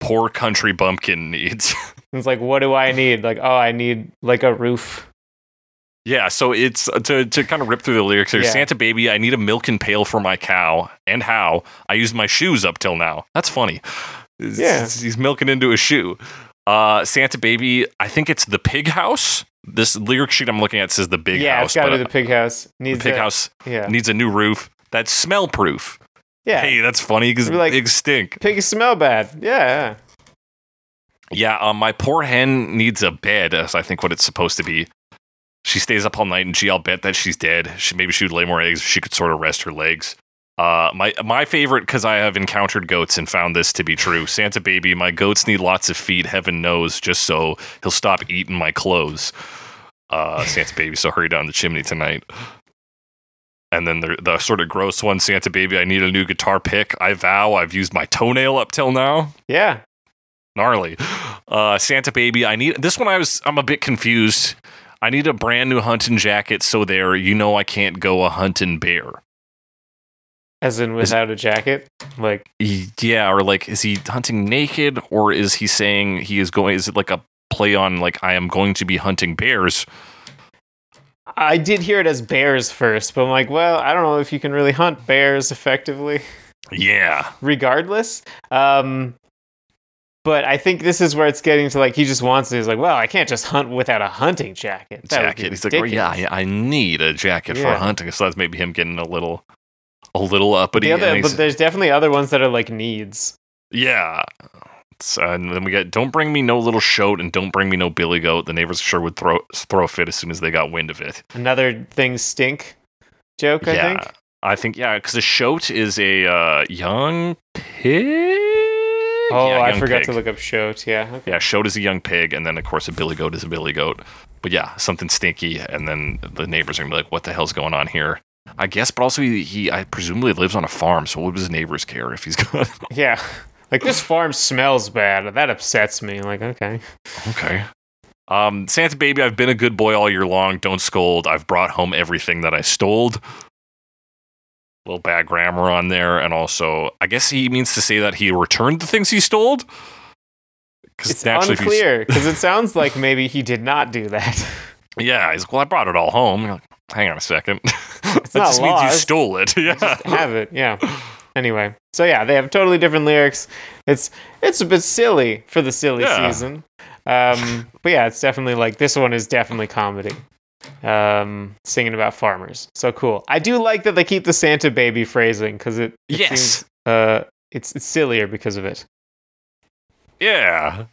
poor country bumpkin needs. It's like, what do I need? Like, oh, I need like a roof. yeah, so it's uh, to to kind of rip through the lyrics here. Yeah. Santa Baby, I need a milk and pail for my cow. And how I used my shoes up till now. That's funny. It's- Yeah. it's- he's milking into a shoe. Uh, Santa Baby, I think it's the pig house. This lyric sheet I'm looking at says the big yeah, house. it's got to but, be the pig house. uh, Needs the pig a- house Yeah, needs a new roof that's smell proof. yeah. Hey, that's funny because Be like- pigs stink. Pigs smell bad. Yeah, Yeah, um, my poor hen needs a bed, is I think what it's supposed to be. She stays up all night, and gee, I'll bet that she's dead. She maybe she would lay more eggs if she could sort of rest her legs. Uh, my my favorite because I have encountered goats and found this to be true. Santa baby, my goats need lots of feed. Heaven knows, just so he'll stop eating my clothes. Uh, Santa baby, so hurry down the chimney tonight. And then the the sort of gross one, Santa baby, I need a new guitar pick. I vow I've used my toenail up till now yeah. gnarly. Uh, Santa baby, I need this one. I was I'm a bit confused. I need a brand new hunting jacket, so there you know I can't go a hunting bear. As in without a jacket. Like, Y- Yeah, or like is he hunting naked, or is he saying he is going? Is it like a play on like I am going to be hunting bears? I did hear it as bears first, but I'm like, well, I don't know if you can really hunt bears effectively. Yeah, regardless. Um, but I think this is where it's getting to like he just wants it. He's like, well, I can't just hunt without a hunting jacket. That would be jacket. He's like, well, yeah, ridiculous." I, I need a jacket Yeah. for hunting. So that's maybe him getting a little, a little uppity. The and other, he's- but there's definitely other ones that are like needs. Yeah. It's, uh, and then we got "Don't bring me no little shoat" and "Don't bring me no billy goat." The neighbors sure would throw throw a fit as soon as they got wind of it. Another thing, stink joke. I yeah, think. I think yeah, because a shoat is a uh, young pig. Oh, Yeah, I young forgot pig. to look up shoat. Yeah. Okay. Yeah, shoat is a young pig, and then of course a billy goat is a billy goat. But yeah, something stinky, and then the neighbors are gonna be like, "What the hell's going on here?" I guess, but also he, he I presumably lives on a farm, so what does his neighbors care if he's got? Yeah. Like this farm smells bad. That upsets me. Like okay. Okay. Um, Santa baby, I've been a good boy all year long. Don't scold. I've brought home everything that I stole. Little bad grammar on there, and also, I guess he means to say that he returned the things he stole. It's Because unclear because it sounds like maybe he did not do that. yeah, he's like, well, I brought it all home. You're like, Hang on a second. that not just means you lost. stole it. Yeah. just have it. Yeah. Anyway, so yeah, they have totally different lyrics. It's it's a bit silly for the silly Yeah. season, um, but yeah, it's definitely like this one is definitely comedy. Um, singing about farmers, so cool. I do like that they keep the Santa baby phrasing because it, it Yes. seems, uh, it's it's sillier because of it. yeah.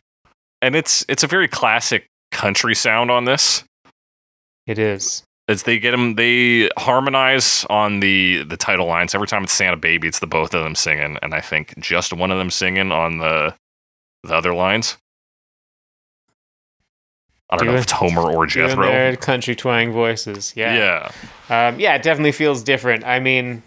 And it's it's a very classic country sound on this. It is. It's they get them they harmonize on the the title lines every time it's santa baby it's the both of them singing and i think just one of them singing on the the other lines i don't Do know it. if it's homer or Doing jethro their country twang voices. yeah Um, yeah, it definitely feels different. I mean,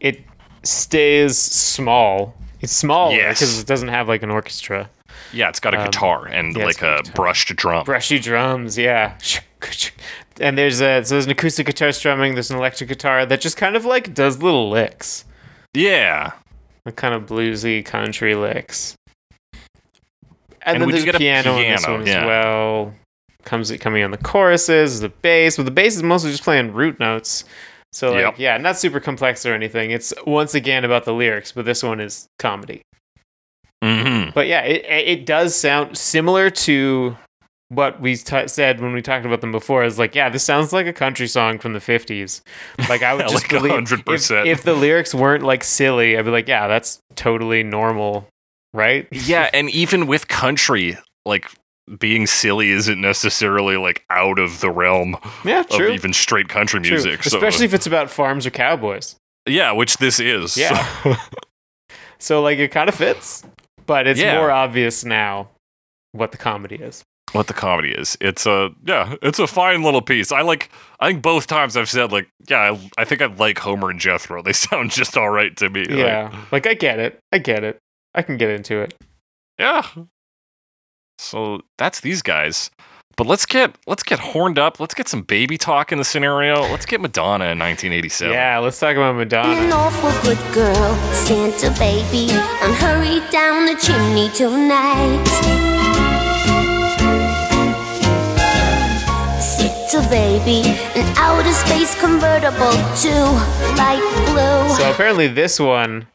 it stays small. It's smaller Yes. because it doesn't have like an orchestra. yeah it's got a Um, guitar and yeah, it's like got a a guitar. brushed drum Brushy drums, yeah. And there's a so there's an acoustic guitar strumming. There's an electric guitar that just kind of like does little licks, yeah like kind of bluesy country licks. And, And then we there's do get a a piano, in this piano, one yeah. as well. Comes coming on the choruses, the bass, but the bass is mostly just playing root notes. So like Yep. yeah, not super complex or anything. It's once again about the lyrics, but this one is comedy. hmm But yeah, it it does sound similar to what we t- said when we talked about them before. Is like, yeah, this sounds like a country song from the fifties. Like I would just Like believe if, 100%. if the lyrics weren't like silly, I'd be like, yeah, that's totally normal, right? yeah and even with country like being silly isn't necessarily like out of the realm Yeah, of true. even straight country true. music so- Especially if it's about farms or cowboys. yeah which this is Yeah. So like, it kind of fits, but it's Yeah. more obvious now what the comedy is. what the comedy is. It's a yeah, it's a fine little piece. I like. I think both times I've said like, yeah, I, I think I like Homer and Jethro. They sound just all right to me. Like, yeah, like I get it. I get it. I can get into it. yeah. So that's these guys. But let's get let's get horned up. Let's get some baby talk in the scenario. Let's get Madonna in 1987. Yeah, let's talk about Been Madonna. an awful good girl, Santa baby, and hurry down the chimney tonight. Santa baby, an outer space convertible to light blue. So apparently, this one.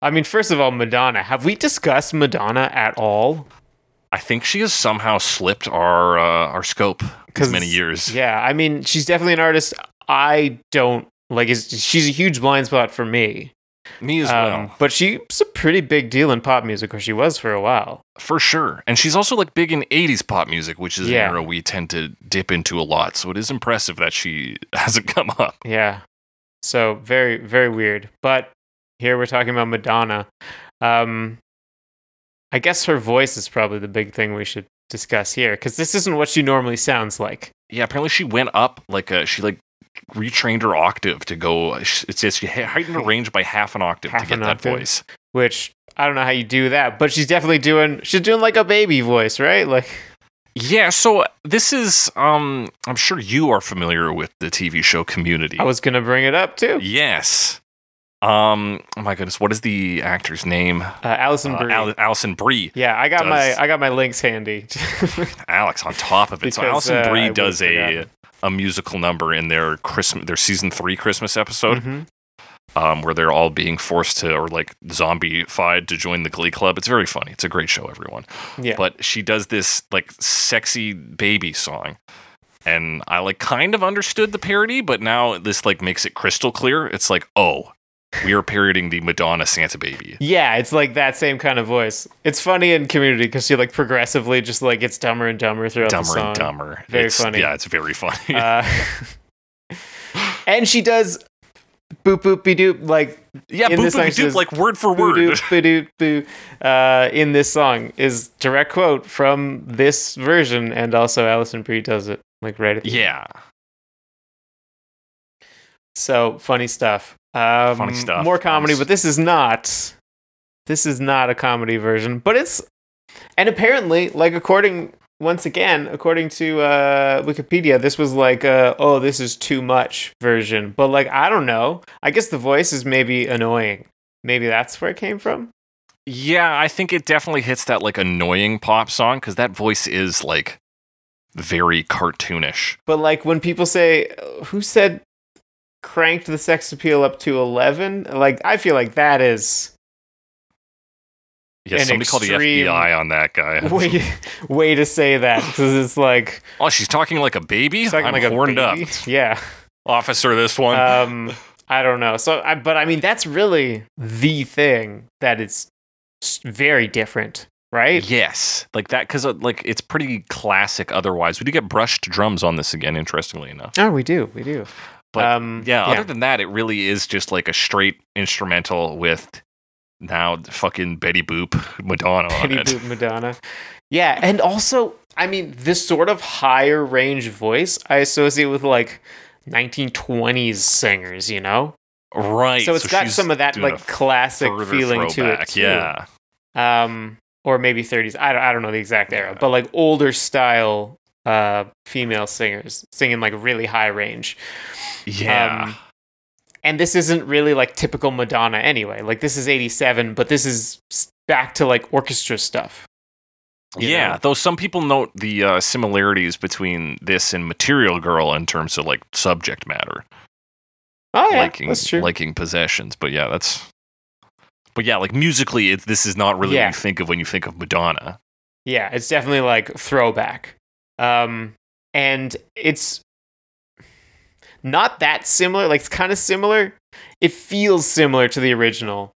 I mean, first of all, Madonna. Have we discussed Madonna at all? I think she has somehow slipped our uh, our scope these many years. Yeah, I mean, she's definitely an artist. I don't like. Is she's a huge blind spot for me. Me as Um, well, but she's a pretty big deal in pop music, or she was for a while. for sure. And she's also like big in 80s pop music, which is Yeah. an era we tend to dip into a lot. So it is impressive that she hasn't come up. Yeah. So very, very weird. But here we're talking about Madonna. Um, I guess her voice is probably the big thing we should discuss here because this isn't what she normally sounds like. Yeah, apparently she went up like uh she like retrained her octave to go. uh, It says she he- heightened her range by half an octave Half to get an that octave. voice. Which I don't know how you do that, but she's definitely doing. She's doing like a baby voice, right? Like Yeah, so uh, this is um I'm sure you are familiar with the TV show Community. I was gonna bring it up too. yes. Um oh my goodness, what is the actor's name? Uh, Allison Uh, Brie. Al- Allison Brie. yeah, I got does- my I got my links handy. Alex on top of it. so Because, Allison uh, I Brie would've does a forgotten. a musical number in their Christmas their season three Christmas episode. Mhm. um, where they're all being forced to or like zombified to join the Glee Club. It's very funny. It's a great show, everyone. Yeah. But she does this like sexy baby song. And I like kind of understood the parody, but now this like makes it crystal clear. It's like, oh, we are parodying the Madonna Santa Baby. Yeah, it's like that same kind of voice. It's funny in Community because she like progressively just like gets dumber and dumber throughout the Dumber song. and dumber. Very It's- funny. Yeah, it's very funny. Uh, and she does boop boop be doop like yeah, in boop this song boop she doop, says, like word for boo word. doop boo doop boo uh, in this song is direct quote from this version, and also Alison Brie does it like right at the Yeah. So funny stuff. Um, Funny stuff. More comedy, Nice. but this is not. This is not a comedy version, but it's, and apparently, like according once again, according to uh, Wikipedia, this was like, uh, oh, this is too much version. But like, I don't know. I guess the voice is maybe annoying. Maybe that's where it came from. Yeah, I think it definitely hits that like annoying pop song because that voice is like very cartoonish. But like when people say, who said cranked the sex appeal up to eleven? Like I feel like that is. Yeah, An somebody called the extreme- FBI on that guy. way, way to say that because it's like Oh, she's talking like a baby. talking I'm like a horned baby. up, Yeah. officer. This one. Um, I don't know. So, I, but I mean, that's really the thing that is s- very different, right? yes, like that because uh, like it's pretty classic. Otherwise, we do get brushed drums on this again. Interestingly enough, Oh, we do, we do. But, um, yeah. Other than that, it really is just like a straight instrumental with now fucking Betty Boop Madonna Betty on it. Boop Madonna. Yeah, and also, I mean, this sort of higher range voice I associate with like 1920s singers, you know. Right. so it's got she's some of that doing a like classic further feeling to it. throwback, Too. Yeah. um, or maybe 30s. I don't, I don't know the exact era, Yeah. but like older style uh, female singers singing like really high range. Yeah. Um, and this isn't really like typical Madonna anyway. Like this is 87, but this is s- back to like orchestra stuff. you yeah, know? though some people note the uh, similarities between this and Material Girl in terms of like subject matter, Oh, yeah. liking that's true. liking possessions. But yeah, that's. But yeah, like musically, it, this is not really Yeah. what you think of when you think of Madonna. Yeah, it's definitely like throwback. Um and it's not that similar, like it's kind of similar. It feels similar to the original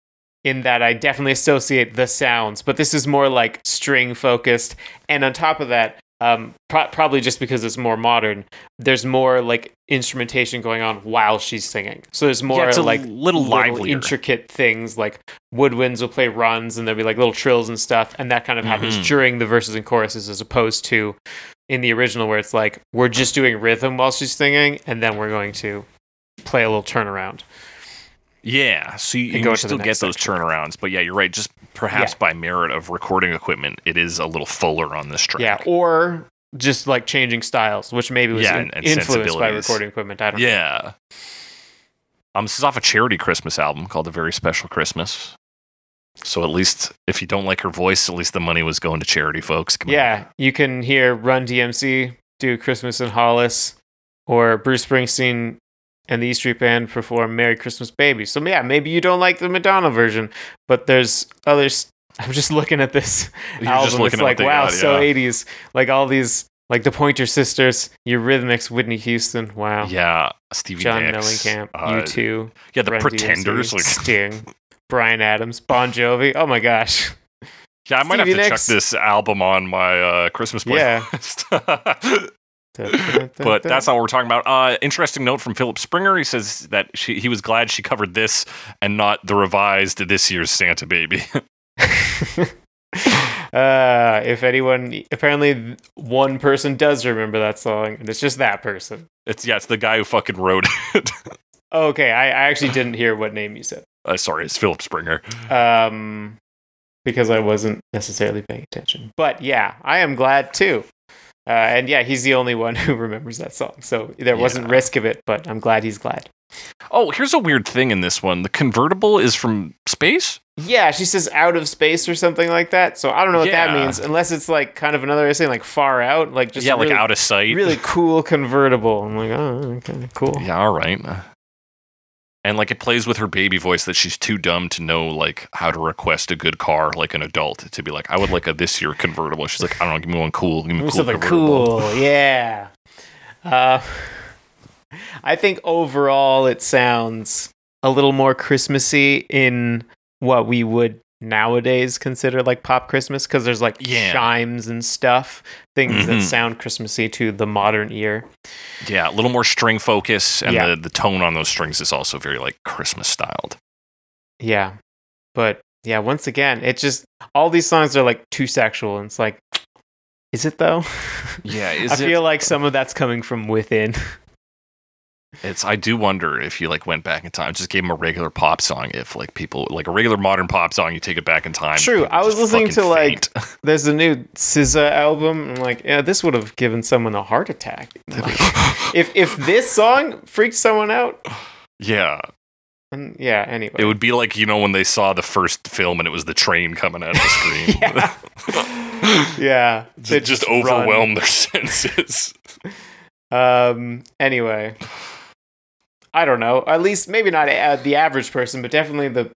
in that I definitely associate the sounds, but this is more like string focused and on top of that um, pro- probably just because it's more modern. There's more like instrumentation going on while she's singing, so there's more yeah, it's a like little livelier. intricate things like woodwinds will play runs and there'll be like little trills and stuff and that kind of happens Mhm. during the verses and choruses as opposed to in the original where it's like we're just doing rhythm while she's singing and then we're going to play a little turnaround yeah, so you, And you go to the still get next those turnarounds. But yeah, you're right. Just perhaps Yeah. by merit of recording equipment, it is a little fuller on this track. yeah or just like changing styles, which maybe was Yeah, in- and- and influenced by sensibilities. recording equipment. I don't know. Yeah. Um, this is off a charity Christmas album called A Very Special Christmas. So at least if you don't like her voice, at least the money was going to charity, folks. Come on. Yeah, you can hear Run DMC do Christmas in Hollis or Bruce Springsteen and the E Street Band perform Merry Christmas Baby. So, yeah, maybe you don't like the Madonna version, but there's others. I'm just looking at this You're album. just looking it's at what like, they wow, got, so yeah. 80s. Like all these, like the Pointer Sisters, Eurythmics, Whitney Houston. Wow. Yeah. Stevie John Nicks. Mellencamp, uh, U2, Yeah, the Run DMC, Pretenders. Like, Sting, Brian Adams, Bon Jovi. Oh my gosh. yeah, I might have to Stevie Nicks. check this album on my uh, Christmas Yeah. playlist. but that's not what we're talking about. Uh, interesting note from Philip Springer. He says that she, he was glad she covered this and not the revised this year's Santa Baby. uh, if anyone, apparently th- one person does remember that song, and it's just that person. it's yeah, it's the guy who fucking wrote it. Okay, I, I actually didn't hear what name you said, uh, sorry, it's Philip Springer. um, because I wasn't necessarily paying attention. But yeah, I am glad too. Uh, and yeah, he's the only one who remembers that song, so there wasn't Yeah. risk of it. But I'm glad he's glad. Oh, here's a weird thing in this one. The convertible is from space. Yeah, she says out of space or something like that. So I don't know what that Yeah. means, unless it's like kind of another way of saying like far out, like just yeah, really- like out of sight. really cool convertible. I'm like, oh, okay, cool. Yeah, all right. And like it plays with her baby voice that she's too dumb to know like how to request a good car like an adult to be like I would like a this year convertible. She's like I don't know, give me one cool, give me Ooh, cool something convertible. cool, yeah. Uh, I think overall it sounds a little more Christmassy in what we would nowadays consider like pop Christmas because there's like Yeah. chimes and stuff, things that Mhm. sound Christmassy to the modern ear. Yeah, a little more string focus and Yeah. the, the tone on those strings is also very like Christmas styled. Yeah. But yeah, once again, it just all these songs are like too sexual and it's like is it though? Yeah, is I feel like some of that's coming from within. It's I do wonder if you like went back in time, just gave him a regular pop song. If like people like a regular modern pop song, you take it back in time. True, people I was just listening fucking to, like, faint. There's a new SZA album. I'm like, yeah, this would have given someone a heart attack. Like, if if this song freaked someone out, yeah, and yeah. Anyway, it would be like you know when they saw the first film and it was the train coming out of the screen. Yeah. yeah, Ju- they just, run. overwhelm their senses. Um. Anyway, I don't know. At least maybe not a- uh, the average person, but definitely the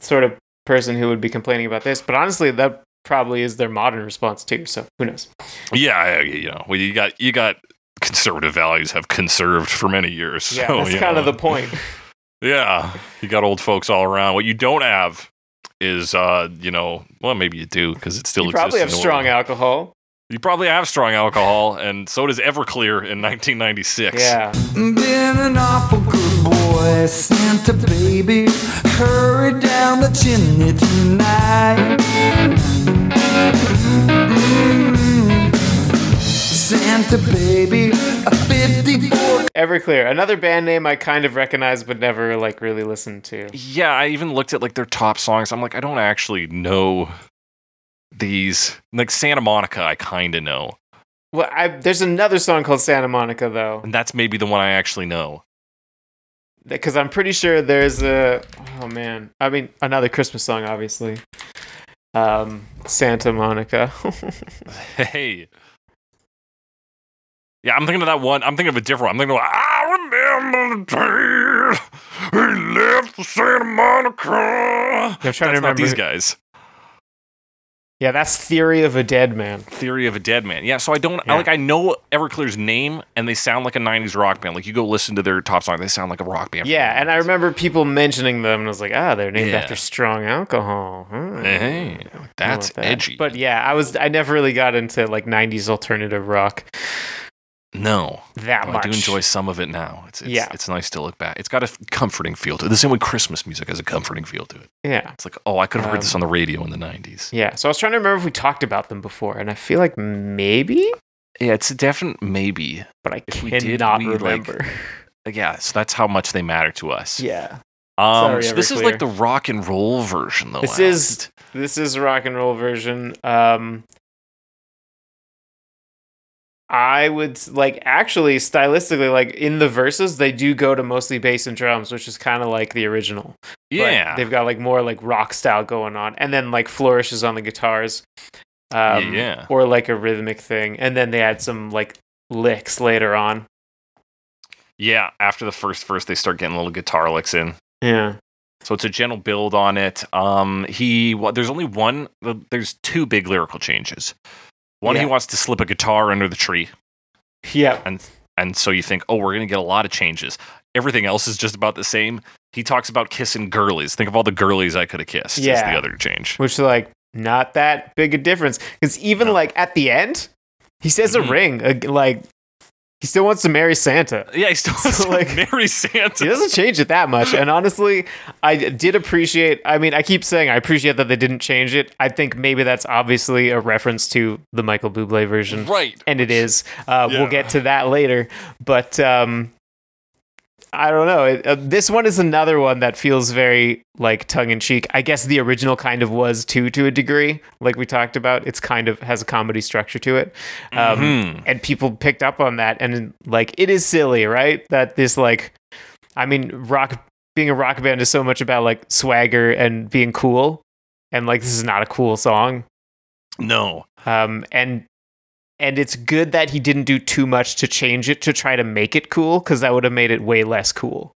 sort of person who would be complaining about this. But honestly, that probably is their modern response too. So who knows? yeah, yeah, you know, well, you got you got conservative values have conserved for many years. Yeah, so, that's Oh, you kind of know. the point. Yeah, you got old folks all around. What you don't have is, uh, you know, well, maybe you do because it still you exists probably in have the strong world. alcohol. You probably have strong alcohol, and so does Everclear in 1996. Yeah. Been an awful good boy, Santa baby. Hurry down the chimney tonight. Mm. Santa baby, a 54 Everclear, another band name I kind of recognize but never like really listened to. yeah. I even looked at like their top songs. I'm like, I don't actually know these. Like Santa Monica, I kind of know, Well, I, there's another song called Santa Monica though, and that's maybe the one I actually know. because I'm pretty sure there's a. Oh man, I mean another Christmas song, obviously. Um, Santa Monica. Hey. Yeah, I'm thinking of that one. I'm thinking of a different one. I'm thinking of I remember the day he left for Santa Monica. I'm trying to remember- Not these guys. yeah, that's Theory of a Dead Man. Theory of a Dead Man. Yeah, so I don't Yeah. I, like I know Everclear's name and they sound like a 90s rock band. Like you go listen to their top song, they sound like a rock band. from Yeah, the and I 90s. remember people mentioning them, and I was like, ah, they're named Yeah. after strong alcohol. Hmm. Hey, that's Something like that. edgy. But yeah, I was I never really got into like '90s alternative rock no, that Well, Oh, I much. do enjoy some of it now. It's, it's Yeah. it's nice to look back. It's got a f- comforting feel to it. The same way Christmas music has a comforting feel to it. Yeah. It's like, oh, I could have Um, heard this on the radio in the 90s. Yeah, so I was trying to remember if we talked about them before, and I feel like maybe, Yeah, it's a definite maybe. but I If we did, cannot we, like- remember. uh, Like, Yeah, so that's how much they matter to us. yeah, Um, Sorry, so this is Everclear. like the rock and roll version, though. This is- this is rock and roll version. Um, I would s- like actually stylistically like in the verses they do go to mostly bass and drums, which is kind of like the original. But Yeah. they've got like more like rock style going on, and then like flourishes on the guitars, um, Yeah. or like a rhythmic thing, and then they add some like licks later on. yeah. After the first verse, they start getting little guitar licks in. Yeah, So it's a gentle build on it. Um, he well, there's only one. There's two big lyrical changes. One, he Yeah. wants to slip a guitar under the tree, yeah, and so you think, oh, we're gonna get a lot of changes. Everything else is just about the same. He talks about kissing girlies. Think of all the girlies I could have kissed. Is Yeah. the other change. which like not that big a difference because even No. like at the end, he says Mhm. a ring uh, like he still wants to marry Santa. Yeah, he still wants So, to like- marry Santa. He doesn't change it that much. And honestly, I did appreciate. I mean, I keep saying I appreciate that they didn't change it. I think maybe that's obviously a reference to the Michael Bublé version, Right. and it is. Uh, Yeah. We'll get to that later. But um, I don't know. It, uh, this one is another one that feels very like tongue in cheek. I guess the original kind of was too, to a degree. Like we talked about, it's kind of has a comedy structure to it. Um, Mhm. and people picked up on that and like it is silly right that this like i mean rock being a rock band is so much about like swagger and being cool and like this is not a cool song No. um and and it's good that he didn't do too much to change it to try to make it cool because that would have made it way less cool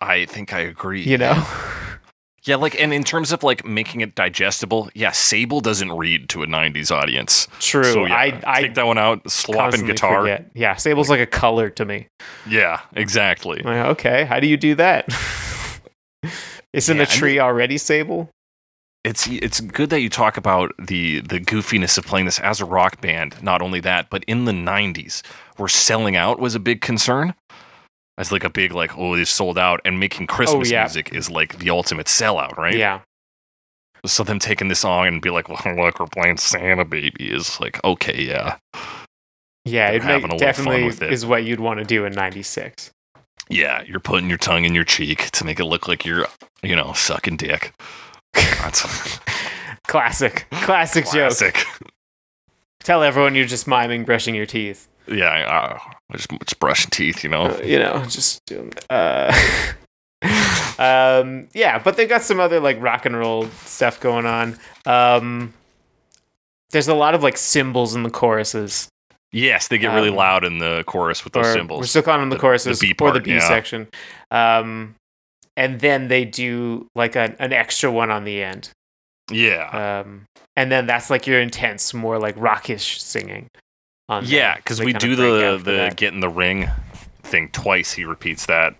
I think I agree. you know Yeah, like, and in terms of like making it digestible, yeah, Sable doesn't read to a '90s audience. true So yeah, i i take that one out, swapping constantly guitar. forget. yeah sable's like a color to me Yeah, exactly. I'm like, okay how do you do that isn't Yeah, a I mean- tree already sable It's it's good that you talk about the the goofiness of playing this as a rock band. Not only that, but in the '90s, where selling out was a big concern. That's like a big like, oh, they sold out, and making Christmas Oh, yeah. music is like the ultimate sellout, right? yeah So them taking this song and be like, well, look, we're playing Santa Baby is like, okay, yeah. Yeah, they're it having a make, little fun definitely with it. is what you'd want to do in '96. Yeah, you're putting your tongue in your cheek to make it look like you're, you know, sucking dick. That's Classic, classic joke. classic. Tell everyone you're just miming brushing your teeth. Yeah, I, I just, just brushing teeth, you know. Uh, you know, just doing. Uh, um, yeah, but they've got some other like rock and roll stuff going on. Um, there's a lot of like symbols in the choruses. Yes, they get really Um, loud in the chorus with those or- symbols. We're still calling them the, The- the choruses B or the part, B yeah. section. Um, and then they do like an, an extra one on the end. yeah, um, and then that's like your intense, more like rockish singing. On there. yeah, because Uh, They we kinda do break the out for the that. get in the ring thing twice. He repeats that.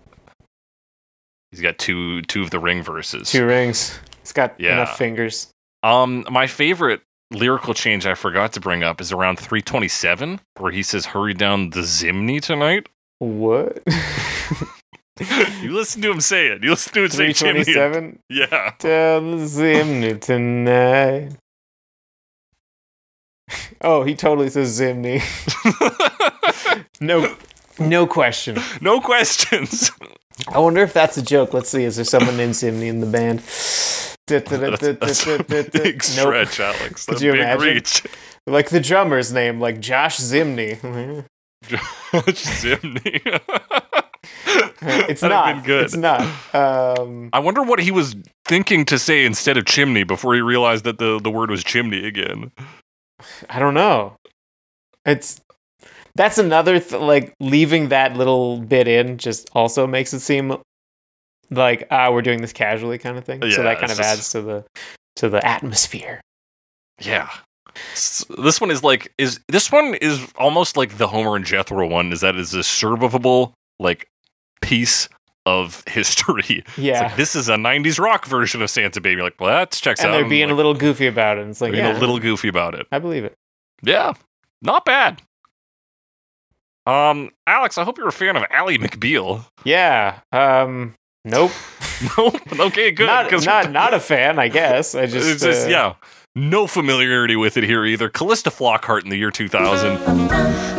He's got two two of the ring verses. two rings. It's got Yeah. enough fingers. Um, my favorite lyrical change I forgot to bring up is around 327, where he says, "Hurry down the zimney tonight." What? you listen to him say it. You listen to him say Three chimney. twenty-seven Yeah. down the chimney tonight. Oh, he totally says Zimney. No, no question. no questions. I wonder if that's a joke. Let's see. Is there someone named Zimney in the band? That's, that's a big Nope. stretch, Alex. Could That's you big imagine? reach. Like the drummer's name, like Josh Zimney. Zimney. it's That'd not. Have been good. It's not. Um, I wonder what he was thinking to say instead of chimney before he realized that the, the word was chimney again. I don't know. It's that's another th- like leaving that little bit in just also makes it seem like ah we're doing this casually kind of thing. so Yeah, that kind it's of just- adds to the to the atmosphere. Yeah. S- This one is like is this one is almost like the Homer and Jethro one. Is that is a servable like piece of history. It's Yeah, like this is a '90s rock version of Santa Baby. Like, well, that checks and out. they're being like, a little goofy about it. And it's like being a yeah, little goofy about it. I believe it. Yeah, not bad. Um, Alex, I hope you're a fan of Ally McBeal. Yeah. Um. Nope. nope. Okay, good. not 'cause- not, not a fan. I guess I just, it's just uh, yeah, no familiarity with it here either. Callista Flockhart in the year 2000.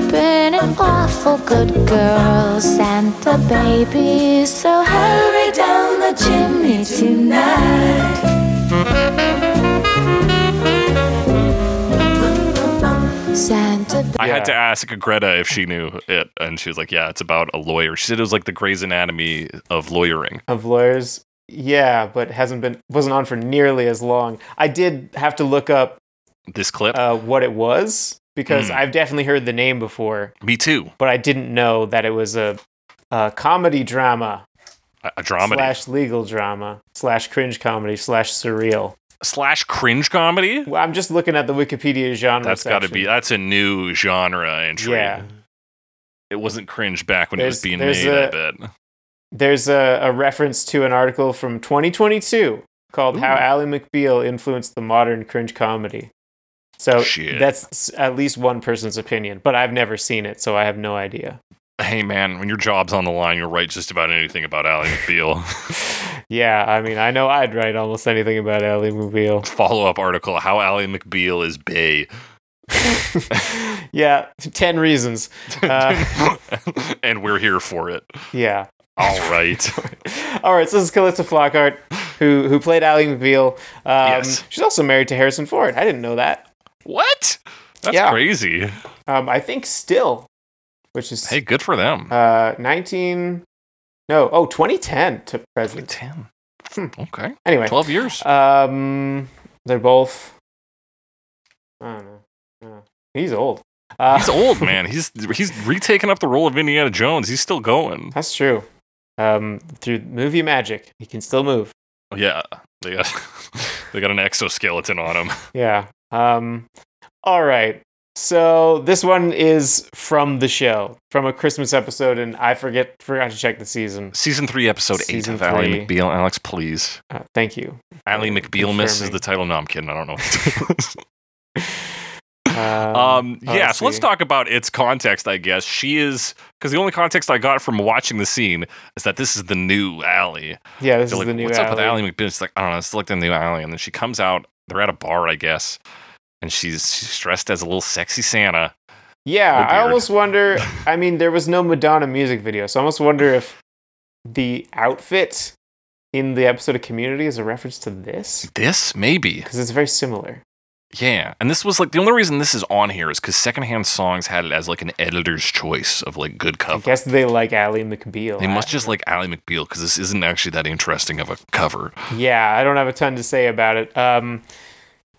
Been an awful good girl, Santa baby. So hurry down the chimney tonight. Santa I Yeah. had to ask Greta if she knew it, and she was like, "Yeah, it's about a lawyer." She said it was like the Grey's Anatomy of lawyering. of lawyers. Yeah, but hasn't been wasn't on for nearly as long. I did have to look up This clip, uh, what it was because Mm. I've definitely heard the name before, me too, but I didn't know that it was a, a comedy drama a, a dramedy slash, slash legal drama slash cringe comedy slash surreal. cringe comedy. Well, I'm just looking at the Wikipedia genre. That's got to section. be that's a new genre entry. Yeah, It wasn't cringe back when There's- it was being there's made. I a- bet. there's a, a reference to an article from 2022 called "How Ally McBeal Influenced the Modern Cringe Comedy." So Shit. that's s- at least one person's opinion, but I've never seen it, so I have no idea. Hey man, when your job's on the line, you'll write just about anything about Ally McBeal. Yeah, I mean, I know I'd write almost anything about Ally McBeal. Follow up article: How Ally McBeal is Bay. yeah, 10 reasons. Uh, and we're here for it. yeah. All right. All right, so this is Calista Flockhart, who who played Ally McBeal. Um, Yes. She's also married to Harrison Ford. I didn't know that. what? That's Yeah. crazy. Um, I think still, which is Hey, good for them. uh, 19, no, oh, 2010 to present. 10. Hmm, Okay. Anyway, 12 years. um, they're both, I don't know. Uh, he's old. Uh, He's old, man. He's he's retaking up the role of Indiana Jones. He's still going. That's true. Um, through movie magic, he can still move. Yeah. They got, they got an exoskeleton on him. Yeah. Um, all right. So this one is from the show, from a Christmas episode, and I forget forgot to check the season. Season 3, episode 8 Season of Ally three. McBeal. Alex, please. Uh, thank you. Ally McBeal Confirming. misses the title. No, I'm kidding. I don't know. Um, Um, oh, yeah, so let's see. talk about its context, I guess. She is, because the only context I got from watching the scene is that this is the new Allie. Yeah, this They're is like, the new. What's up with Ally. Allie McBeal? She's like, I don't know, it's like the new Allie. And then she comes out, they're at a bar, I guess, and she's, she's dressed as a little sexy Santa. Yeah, The I beard. almost wonder. I mean, there was no Madonna music video, so I almost wonder if the outfit in the episode of Community is a reference to this This, maybe. because it's very similar. Yeah. And this was like, the only reason this is on here is because Secondhand Songs had it as like an editor's choice of like good I cover. guess they like Ally McBeal. They must just like Allie McBeal because this isn't actually that interesting of a cover. Yeah, I don't have a ton to say about it. Um,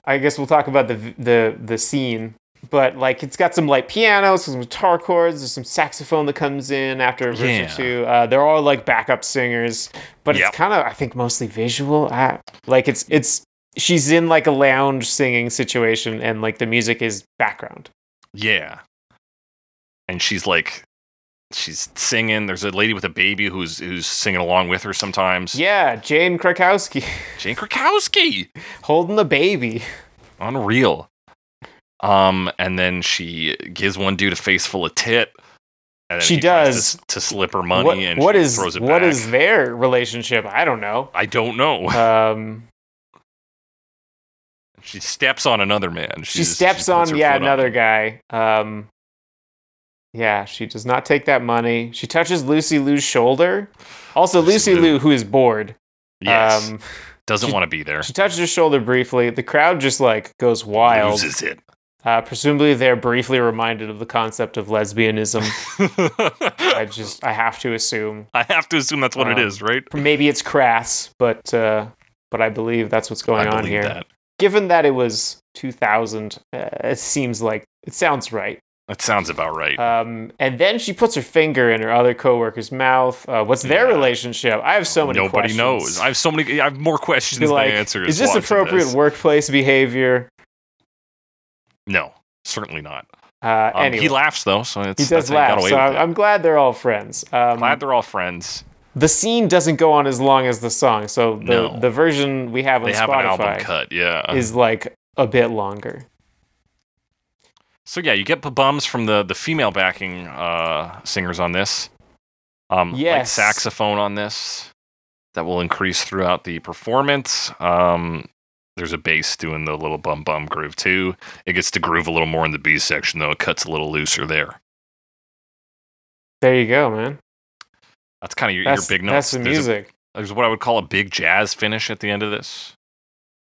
I guess we'll talk about the the the scene, but like it's got some light pianos, some guitar chords, there's some saxophone that comes in after a verse Yeah. or two. Uh, they're all like backup singers, but Yep. it's kind of I think mostly visual. I, like it's it's she's in like a lounge singing situation, and like the music is background. Yeah. And she's like she's singing. There's a lady with a baby who's who's singing along with her sometimes. Yeah, Jane Krakowski Jane Krakowski. holding the baby. Unreal. Um, and then she gives one dude a face full of tit. And then She he tries does. to, to slip her money What- and what she is throws it what back. is their relationship? I don't know. I don't know. Um. she steps on another man. she just- steps puts on her yeah foot another guy um yeah she does not take that money she touches lucy lou's shoulder also Lucy lucy Liu. lou who is bored Yes. um doesn't she- want to be there. she touches her shoulder briefly the crowd just like goes wild Loses it. uh presumably they're briefly reminded of the concept of lesbianism i just i have to assume I have to assume that's what it Um, is, right? maybe it's crass but uh but i believe that's what's going I on believe here that. given that it was 2000 uh, it seems like it sounds right That sounds about right. Um, and then she puts her finger in her other coworker's mouth. Uh, what's their Yeah. relationship? I have so many. Nobody questions. knows. I have so many. I have more questions Be like, than answers. is this watching appropriate this. workplace behavior? No, certainly not. Uh, Um, anyway, he laughs though, so it's, He that's does how laugh. He got So away I'm, with it. I'm glad they're all friends. Um, glad they're all friends. the scene doesn't go on as long as the song, so the No. the version we have on They have an album Spotify cut. Yeah. is like a bit longer. so yeah, you get the bums from the the female backing uh, singers on this. Um, light Yes. saxophone on this that will increase throughout the performance. Um, there's a bass doing the little bum bum groove too. It gets to groove a little more in the B section though. It cuts a little looser there. There you go, man. That's kind of your, your That's, big notes. that's the There's a- music. there's what I would call a big jazz finish at the end of this.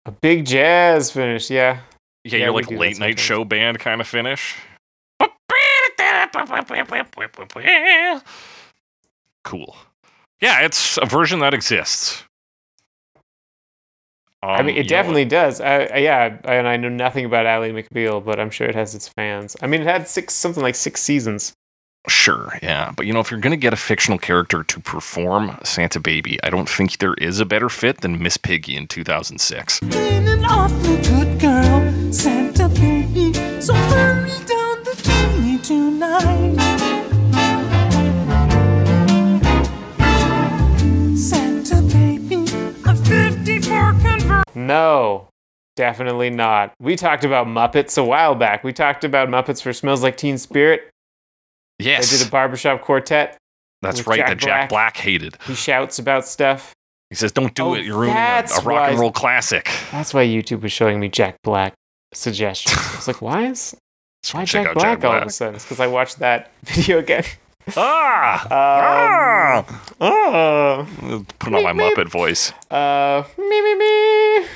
a big jazz finish, yeah. Yeah, Yeah, you're we like do that late night sometimes. show band kind of finish. Cool. Yeah, it's a version that exists. I Um, mean, you it know, definitely does. I, I- yeah, I- and I know nothing about Ally McBeal, but I'm sure it has its fans. I mean, it had six something like six seasons. Sure, yeah. But you know, if you're going to get a fictional character to perform Santa Baby, I don't think there is a better fit than Miss Piggy in 2006. been an awfully good girl, Santa baby. So hurry down the chimney tonight. Santa baby, a 54 convertible. No, definitely not. We talked about Muppets a while back. We talked about Muppets for Smells Like Teen Spirit. Yes, They did a barbershop quartet. that's with right. Jack that Jack Black. Black hated. He shouts about stuff. He says, "Don't do Oh, it. You're ruining a, that's a rock and why- roll classic." That's why YouTube was showing me Jack Black suggestions. I was like, why is So why check Jack out Black, Jack all Black. of a sudden? because I watched that video again. Ah! Um, ah! oh. Put on my Meep, meep. Muppet voice. Uh, me me me.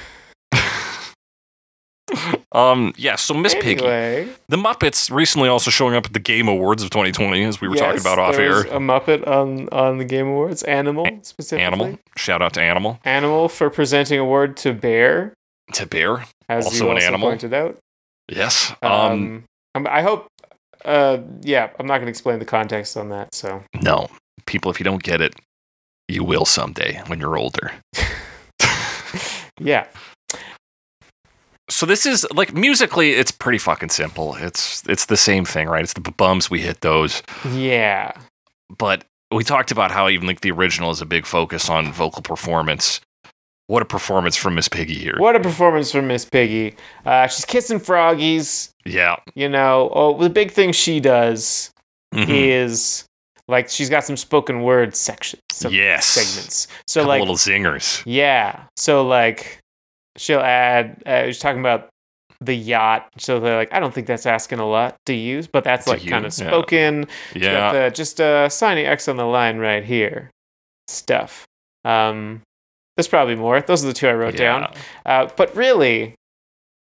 Um, yeah, so Miss Piggy. Anyway, The Muppets recently also showing up at the Game Awards of 2020, as we were talking yes, about off there was air. A Muppet on on the Game Awards. Animal specifically. Animal. Shout out to Animal. Animal for presenting award to Bear, To Bear. as Also you an also animal. pointed out. Yes. Um, Um, um, I hope. Uh, yeah, I'm not going to explain the context on that. So no. People, if you don't get it, you will someday when you're older. yeah, So this is like musically, it's pretty fucking simple. It's it's the same thing, right? It's the bums we hit those. yeah, but we talked about how even like the original is a big focus on vocal performance. What a performance from Miss Piggy here. What a performance from Miss Piggy. Uh, she's kissing froggies. Yeah. You know, oh, the big thing she does Mhm. is like she's got some spoken word sections, some Yes. segments. So Couple like, little zingers. yeah. So like, she'll add. Uh, she's talking about the yacht. So they're like, I don't think that's asking a lot to use, but that's To like kind of use, yeah. spoken. She's Yeah. got the- just uh, signing X on the line right here. Stuff. Um, there's probably more. Those are the two I wrote down. yeah. Uh, but really,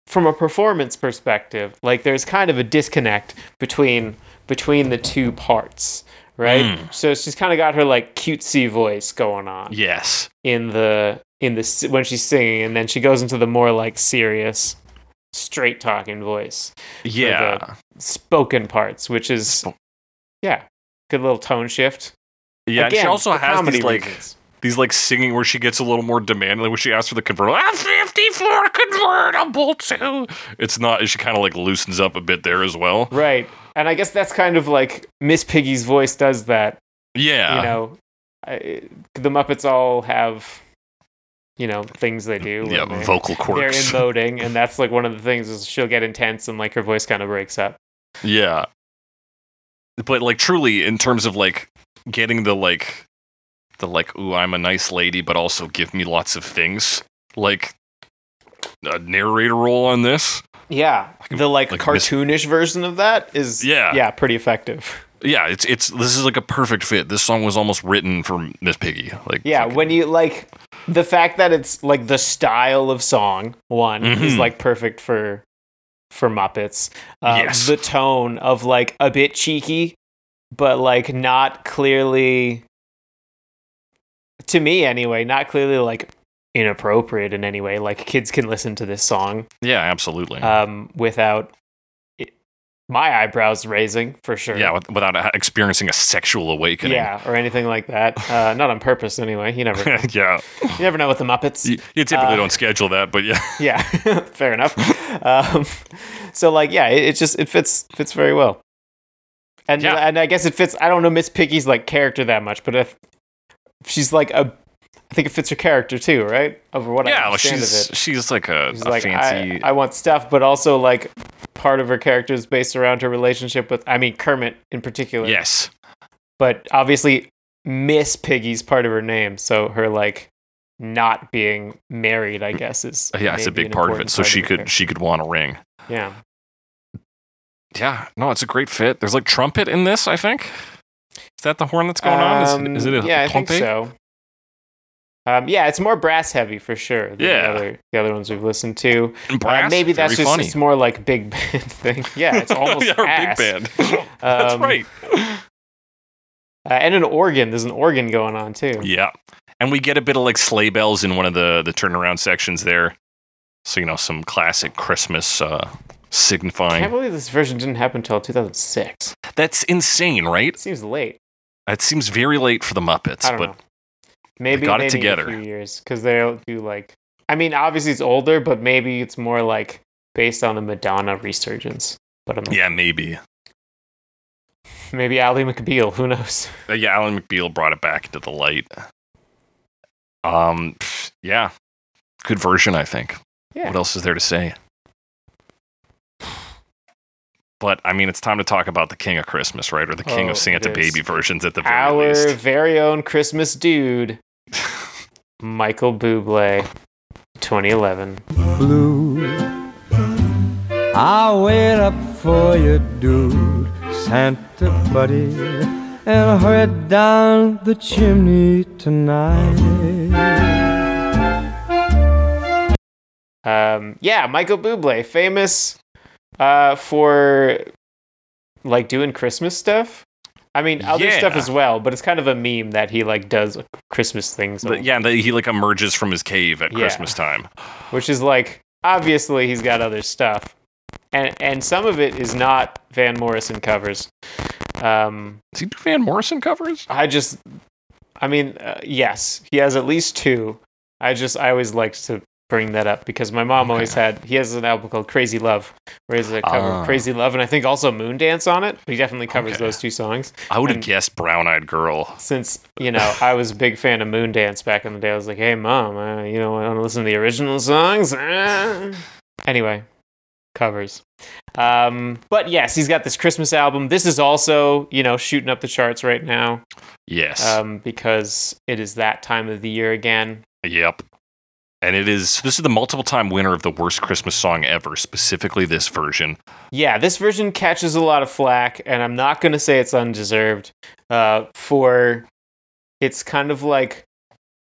from a performance perspective, like there's kind of a disconnect between between the two parts, right? Mm. So she's kind of got her like cutesy voice going on Yes. in the in the s- when she's singing, and then she goes into the more like serious, straight talking voice, Yeah. spoken parts, which is Spo- yeah, good little tone shift. yeah. and she Again, also for has comedy these like reasons. these like singing where she gets a little more demanding. Like when she asks for the convertible, a 54 convertible too. It's not. She kind of like loosens up a bit there as well. right, and I guess that's kind of like Miss Piggy's voice does that Yeah. you know, I, the Muppets all have, you know, things they do. when yeah. they- Vocal They're quirks. emoting, and that's like one of the things is she'll get intense and like her voice kind of breaks up. Yeah. But like truly in terms of like getting the like the like ooh I'm a nice lady but also give me lots of things like a narrator role on this. Yeah, the like, like Miss- cartoonish version of that is Yeah. yeah pretty effective. Yeah, it's it's this is like a perfect fit. This song was almost written for Miss Piggy. Like Yeah, fucking- when you like the fact that it's like the style of song one is Mhm. like perfect for for Muppets. Uh, Yes. the tone of like a bit cheeky, but like not clearly to me anyway, not clearly like inappropriate in any way. Like kids can listen to this song Yeah, absolutely. um without it, my eyebrows raising for sure. yeah, with, without a- experiencing a sexual awakening. Yeah, or anything like that. Uh, not on purpose, anyway. You never, you yeah. never know with the Muppets. You, you typically Uh, don't schedule that, but yeah. yeah fair enough um, so like yeah it, it just it fits fits very well and Yeah. and i guess it fits i don't know miss piggy's like character that much but if she's like a i think it fits her character too right over what i yeah, well, understand she's of it she's like a, she's a like fancy I, I want stuff but also like part of her character is based around her relationship with i mean kermit in particular Yes. but obviously miss piggy's part of her name so her like not being married i guess is Yeah, it's a maybe big an part of important it. So she her could character. she could want a ring. yeah Yeah, no, it's a great fit. There's like trumpet in this, I think. Is that the horn that's going on? Is, Um, is it a yeah, I think trumpet? so. Um, yeah, it's more brass heavy for sure. Than Yeah. the other, the other ones we've listened to. Uh, And brass, maybe that's very just funny. it's more like big band thing. Yeah, it's almost yeah, or ass. big band. that's Um, right. Uh, and an organ. There's an organ going on too. Yeah. And we get a bit of like sleigh bells in one of the the turnaround sections there. So you know, some classic Christmas uh I can't signifying. believe this version didn't happen until 2006. That's insane, right? It seems late. That seems very late for the Muppets, I don't but know. Maybe got it maybe in together. a few years because they'll do like. I mean, obviously it's older, but maybe it's more like based on the Madonna resurgence. But I'm like, yeah, maybe. maybe Ali McBeal. Who knows? Uh, yeah, Alan McBeal brought it back into the light. Um pff, yeah. Good version, I think. Yeah. What else is there to say? But I mean, it's time to talk about the King of Christmas, right? Or the King Oh, of Santa it is. Baby versions at the very Our least. very own Christmas dude, Michael Bublé, 2011. blue. I'll wait up for you, dude, Santa buddy, and hurry down the chimney tonight. Um, yeah, Michael Bublé, famous uh, for like doing Christmas stuff. I mean, other Yeah. stuff as well, but it's kind of a meme that he like does Christmas things, But yeah, and then he like emerges from his cave at Yeah. Christmas time. which is like obviously he's got other stuff, and and some of it is not Van Morrison covers. Um, Does he do Van Morrison covers? I just, I mean, uh, yes, he has at least two. I just, I always liked to bring that up because my mom always had. He has an album called Crazy Love, where he's a cover Ah. of Crazy Love, and I think also Moon Dance on it. He definitely covers Okay. those two songs. I would have And- guessed Brown Eyed Girl. Since you know, I was a big fan of Moon Dance back in the day. I was like, hey mom, uh, you know, I want to listen to the original songs. Ah. Anyway, covers. Um, but yes, he's got this Christmas album. This is also, you know, shooting up the charts right now Yes. um, because it is that time of the year again. yep. And it is this is the multiple time winner of the worst Christmas song ever, specifically this version. Yeah, this version catches a lot of flack, and I'm not going to say it's undeserved uh, for it's kind of like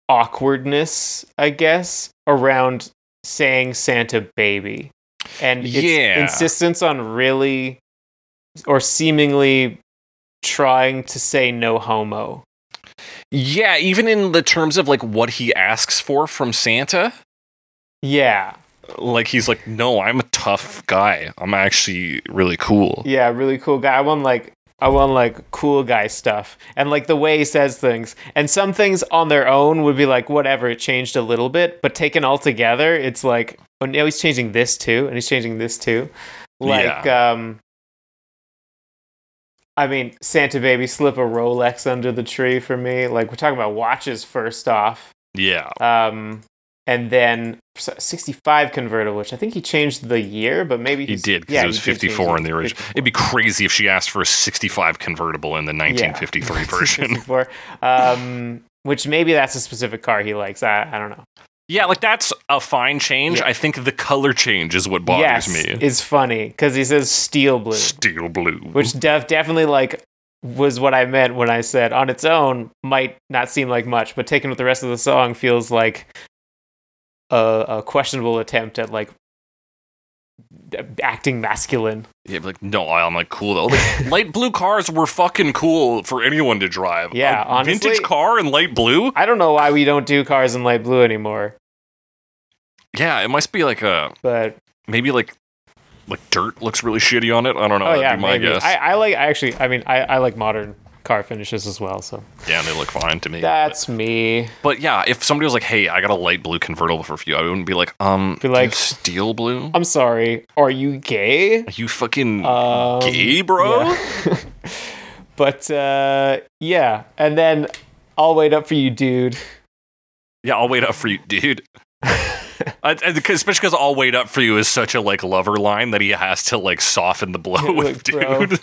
awkwardness, I guess, around saying Santa baby. And its Yeah. insistence on really or seemingly trying to say no homo. Yeah, even in the terms of like what he asks for from Santa, Yeah. like he's like, "No, I'm a tough guy. I'm actually really cool." Yeah, really cool guy. I want like I want like cool guy stuff and like the way he says things. And some things on their own would be like whatever, it changed a little bit, but taken all together, it's like oh now he's changing this too, and he's changing this too. Like um I mean, Santa baby slip a Rolex under the tree for me. Like we're talking about watches first off. Yeah. Um and then s- 65 convertible, which I think he changed the year, but maybe He he's- did because yeah, it was he did change 54 it. in the original. 54. It'd be crazy if she asked for a 65 convertible in the 1953 version. 1954. Um, which maybe that's a specific car he likes. I, I don't know. yeah, like that's a fine change. Yeah. I think the color change is what bothers me. is funny because he says steel blue, Steel blue. which def- definitely like was what I meant when I said on its own might not seem like much, but taken with the rest of the song feels like a, a questionable attempt at like d- acting masculine. yeah, but like no, I'm like cool though. Like, light blue cars were fucking cool for anyone to drive. Yeah, a vintage honestly- car in light blue. I don't know why we don't do cars in light blue anymore, Yeah, it must be like a but maybe like like dirt looks really shitty on it. I don't know. oh Uh, That'd yeah, be my maybe. guess. I, I like I actually. I mean, I, I like modern car finishes as well. So yeah, they look fine to me. That's me. But yeah, if somebody was like, "Hey, I got a light blue convertible for you," I wouldn't be like, "Um, Be do you like- have steel blue? I'm sorry. Are you gay? Are you fucking Um, gay, bro?" yeah. but uh, yeah, and then I'll wait up for you, dude. Yeah, I'll wait up for you, dude. I, I, 'cause- especially because "I'll wait up for you" is such a like lover line that he has to like soften the blow Yeah, with, like, bro. dude,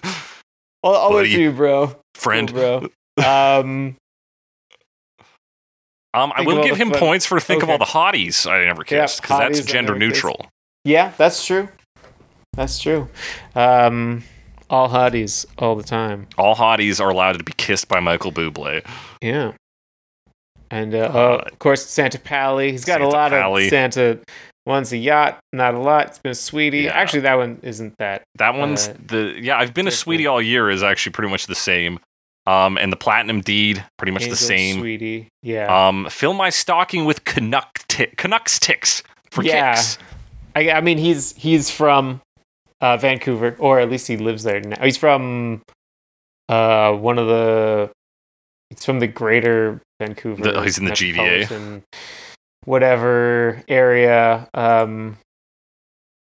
I'll, I'll wait Buddy. for you, bro. friend. Cool, bro. Um, um, I Think will of all give the him fun- points for think of Okay. all the hotties I never Yeah, kissed because hotties I that's gender never kissed. neutral. yeah, that's true. That's true. Um, all hotties all the time. All hotties are allowed to be kissed by Michael Bublé. Yeah. And uh, uh, of course, Santa Pally. He's got a Santa lot Pally. of Santa. One's a yacht, not a lot. It's been a sweetie. Yeah. Actually, that one isn't that. That one's Uh, the yeah. I've been a different. sweetie all year is actually pretty much the same. Um, and the platinum deed pretty much Angel the same. Sweetie. Yeah. Um, fill my stocking with Canuck ti- Canucks ticks for Yeah. kicks. I, I mean, he's he's from uh, Vancouver, or at least he lives there now. He's from uh, one of the. It's from the Greater Vancouver. The- oh, he's in the GVA. metropolitan Whatever area, um,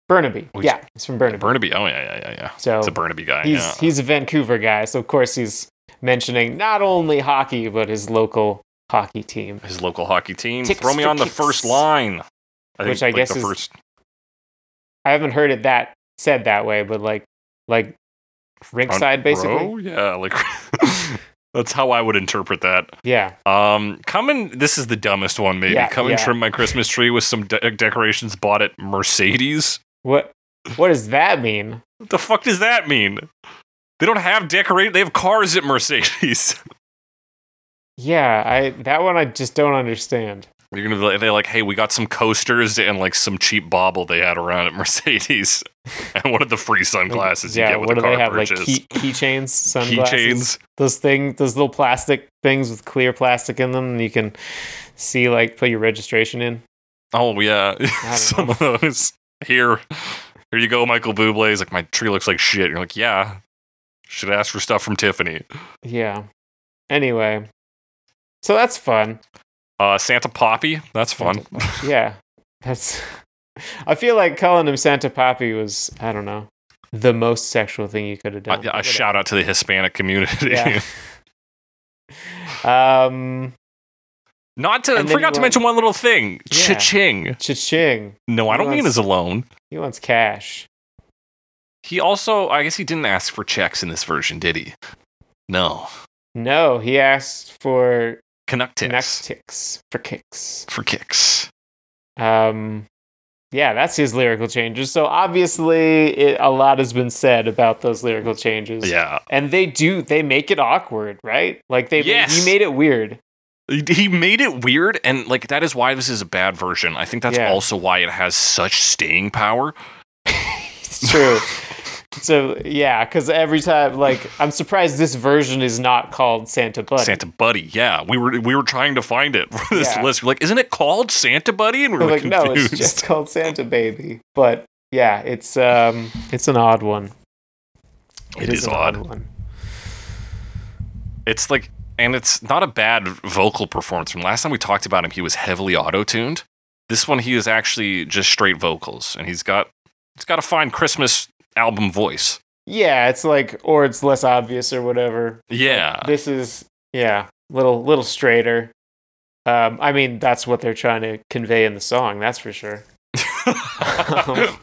Burnaby. Which- yeah, he's from Burnaby. Burnaby. Oh yeah, yeah, yeah, yeah. so Oh, It's a Burnaby guy. he's yeah. he's a Vancouver guy, so of course he's mentioning not only hockey but his local hockey team. his local hockey team. Ticks Throw me for on the kicks. first line. I Which I guess the is- first I haven't heard it that said that way, but like like front rinkside basically. row? Yeah, like that's how I would interpret that. Yeah. Um, coming. This is the dumbest one, maybe. Yeah, Come and yeah. trim my Christmas tree with some de- decorations bought at Mercedes. What what does that mean? What the fuck does that mean? They don't have decorate. They have cars at Mercedes. Yeah, I that one I just don't understand. You're gonna be like, they're like, hey, we got some coasters and like some cheap bobble they had around at Mercedes, and one of the free Like, sunglasses yeah, you get with what a do car they have? purchase. Like key, keychains, sunglasses, Keychains. those thing, those little plastic things with clear plastic in them, and you can see like put your registration in. Oh yeah, know. some of those. Here, here you go, Michael Bublé. He's like, my tree looks like shit. You're like, yeah, should ask for stuff from Tiffany. Yeah. Anyway, so that's fun. Uh, Santa Poppy, that's fun. yeah, that's. I feel like calling him Santa Poppy was I don't know the most sexual thing you could have done. a, a shout out to the Hispanic community. Yeah. Um, Not to And then forgot you to want- mention one little thing. Yeah. Cha-ching. cha-ching. No, I You don't want mean s- as a loan. He wants cash. He also, I guess he didn't ask for checks in this version, did he? No. No, he asked for Canuck tips next ticks for kicks. for kicks. Um, yeah, that's his lyrical changes. So obviously, it, a lot has been said about those lyrical changes. Yeah. and they do they make it awkward, right? Like they Yes. he made it weird. He- He made it weird, and like that is why this is a bad version. I think that's Yeah. also why it has such staying power. It's true. so yeah, because every time, like, I'm surprised this version is not called Santa Buddy. Santa Buddy, yeah, we were we were trying to find it for this Yeah. list. We're like, isn't it called Santa Buddy? And we But, were like, confused. no, it's just called Santa Baby. But yeah, it's um, it's an odd one. It is an odd. one. It's like, and it's not a bad vocal performance. From last time we talked about him, he was heavily auto tuned. This one, he is actually just straight vocals, and he's got he's got a fine Christmas album voice. Yeah, it's like, or it's less obvious or whatever. Yeah, This is, yeah, little little straighter. Um, I mean, that's what they're trying to convey in the song, that's for sure. Um,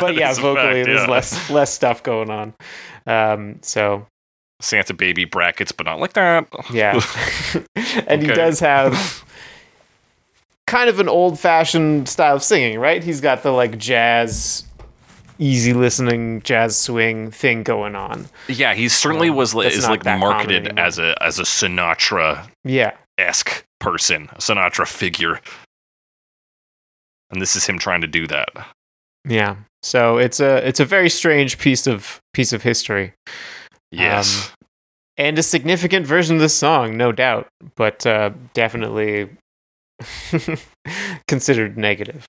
but yeah, That's a vocally, fact, there's yeah. less less stuff going on. Um, so Santa baby brackets, but not like that. yeah, and he Okay. does have kind of an old fashioned style of singing, right? He's got the like jazz, easy listening jazz swing thing going on. Yeah, he certainly Um, was li- that's is not like that common marketed anymore. as a as a Sinatra Yeah, esque person, a Sinatra figure, and this is him trying to do that. yeah. So it's a it's a very strange piece of piece of history. Yes. and a significant version of this song, no doubt, but uh, definitely considered negative.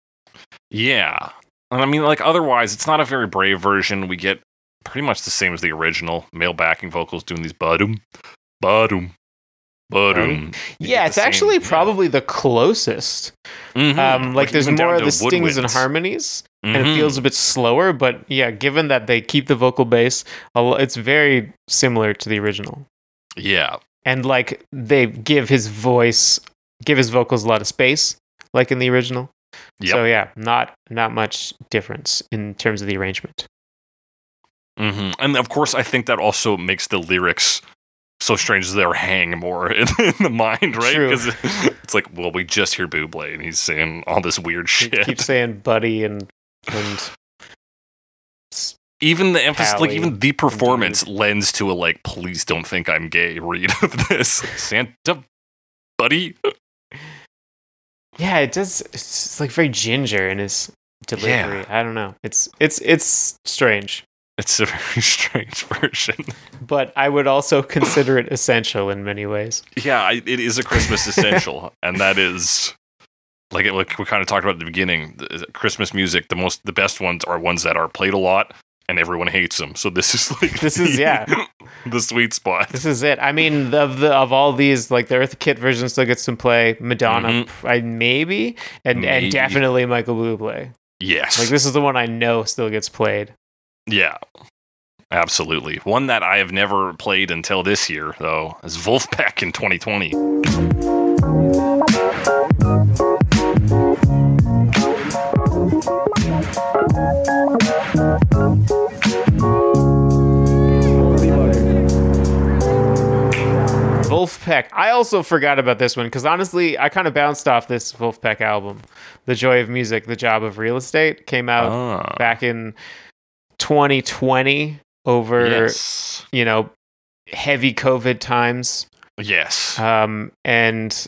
Yeah. And I mean, like, otherwise, it's not a very brave version. We get pretty much the same as the original male backing vocals doing these badum, badum, badum. You yeah, get it's the same- actually yeah. probably the closest. Mhm. Um, like, there's even down more of to the stings and woodwinds. harmonies, and Mhm. it feels a bit slower. But yeah, given that they keep the vocal bass, a lo- it's very similar to the original. Yeah. And like they give his voice, give his vocals a lot of space, like in the original. Yep. So yeah, not not much difference in terms of the arrangement. hmm And of course, I think that also makes the lyrics so strange as they're hang more in, in the mind, right? True. Because it's like, well, we just hear Buble and he's saying all this weird Keep shit. saying buddy and and even the emphasis, like Pally even the performance, lends to a like, please don't think I'm gay read of this Santa buddy. Yeah, it does. It's just, like very ginger in his delivery. I don't know. It's it's it's strange, It's a very strange version. but I would also consider it essential in many ways. Yeah, I, it is a Christmas essential, and that is like it, like we kind of talked about at the beginning. the- Christmas music, the most, the best ones are ones that are played a lot, and everyone hates them. So this is like This is- the- yeah. the sweet spot. This is it. I mean, of the of all these, like the Earth Kit version still gets some play. Madonna, Mhm. pr- I maybe, and Maybe. and definitely Michael Bublé. Yes, Like this is the one I know still gets played. yeah, absolutely. One that I have never played until this year, though, is Wolfpack in 2020. Oh, Wolfpack. I also forgot about this one because honestly, I kind of bounced off this Wolfpack album, "The Joy of Music, The Job of Real Estate," came out Ah, back in 2020 over yes, you know heavy COVID times. yes. um, and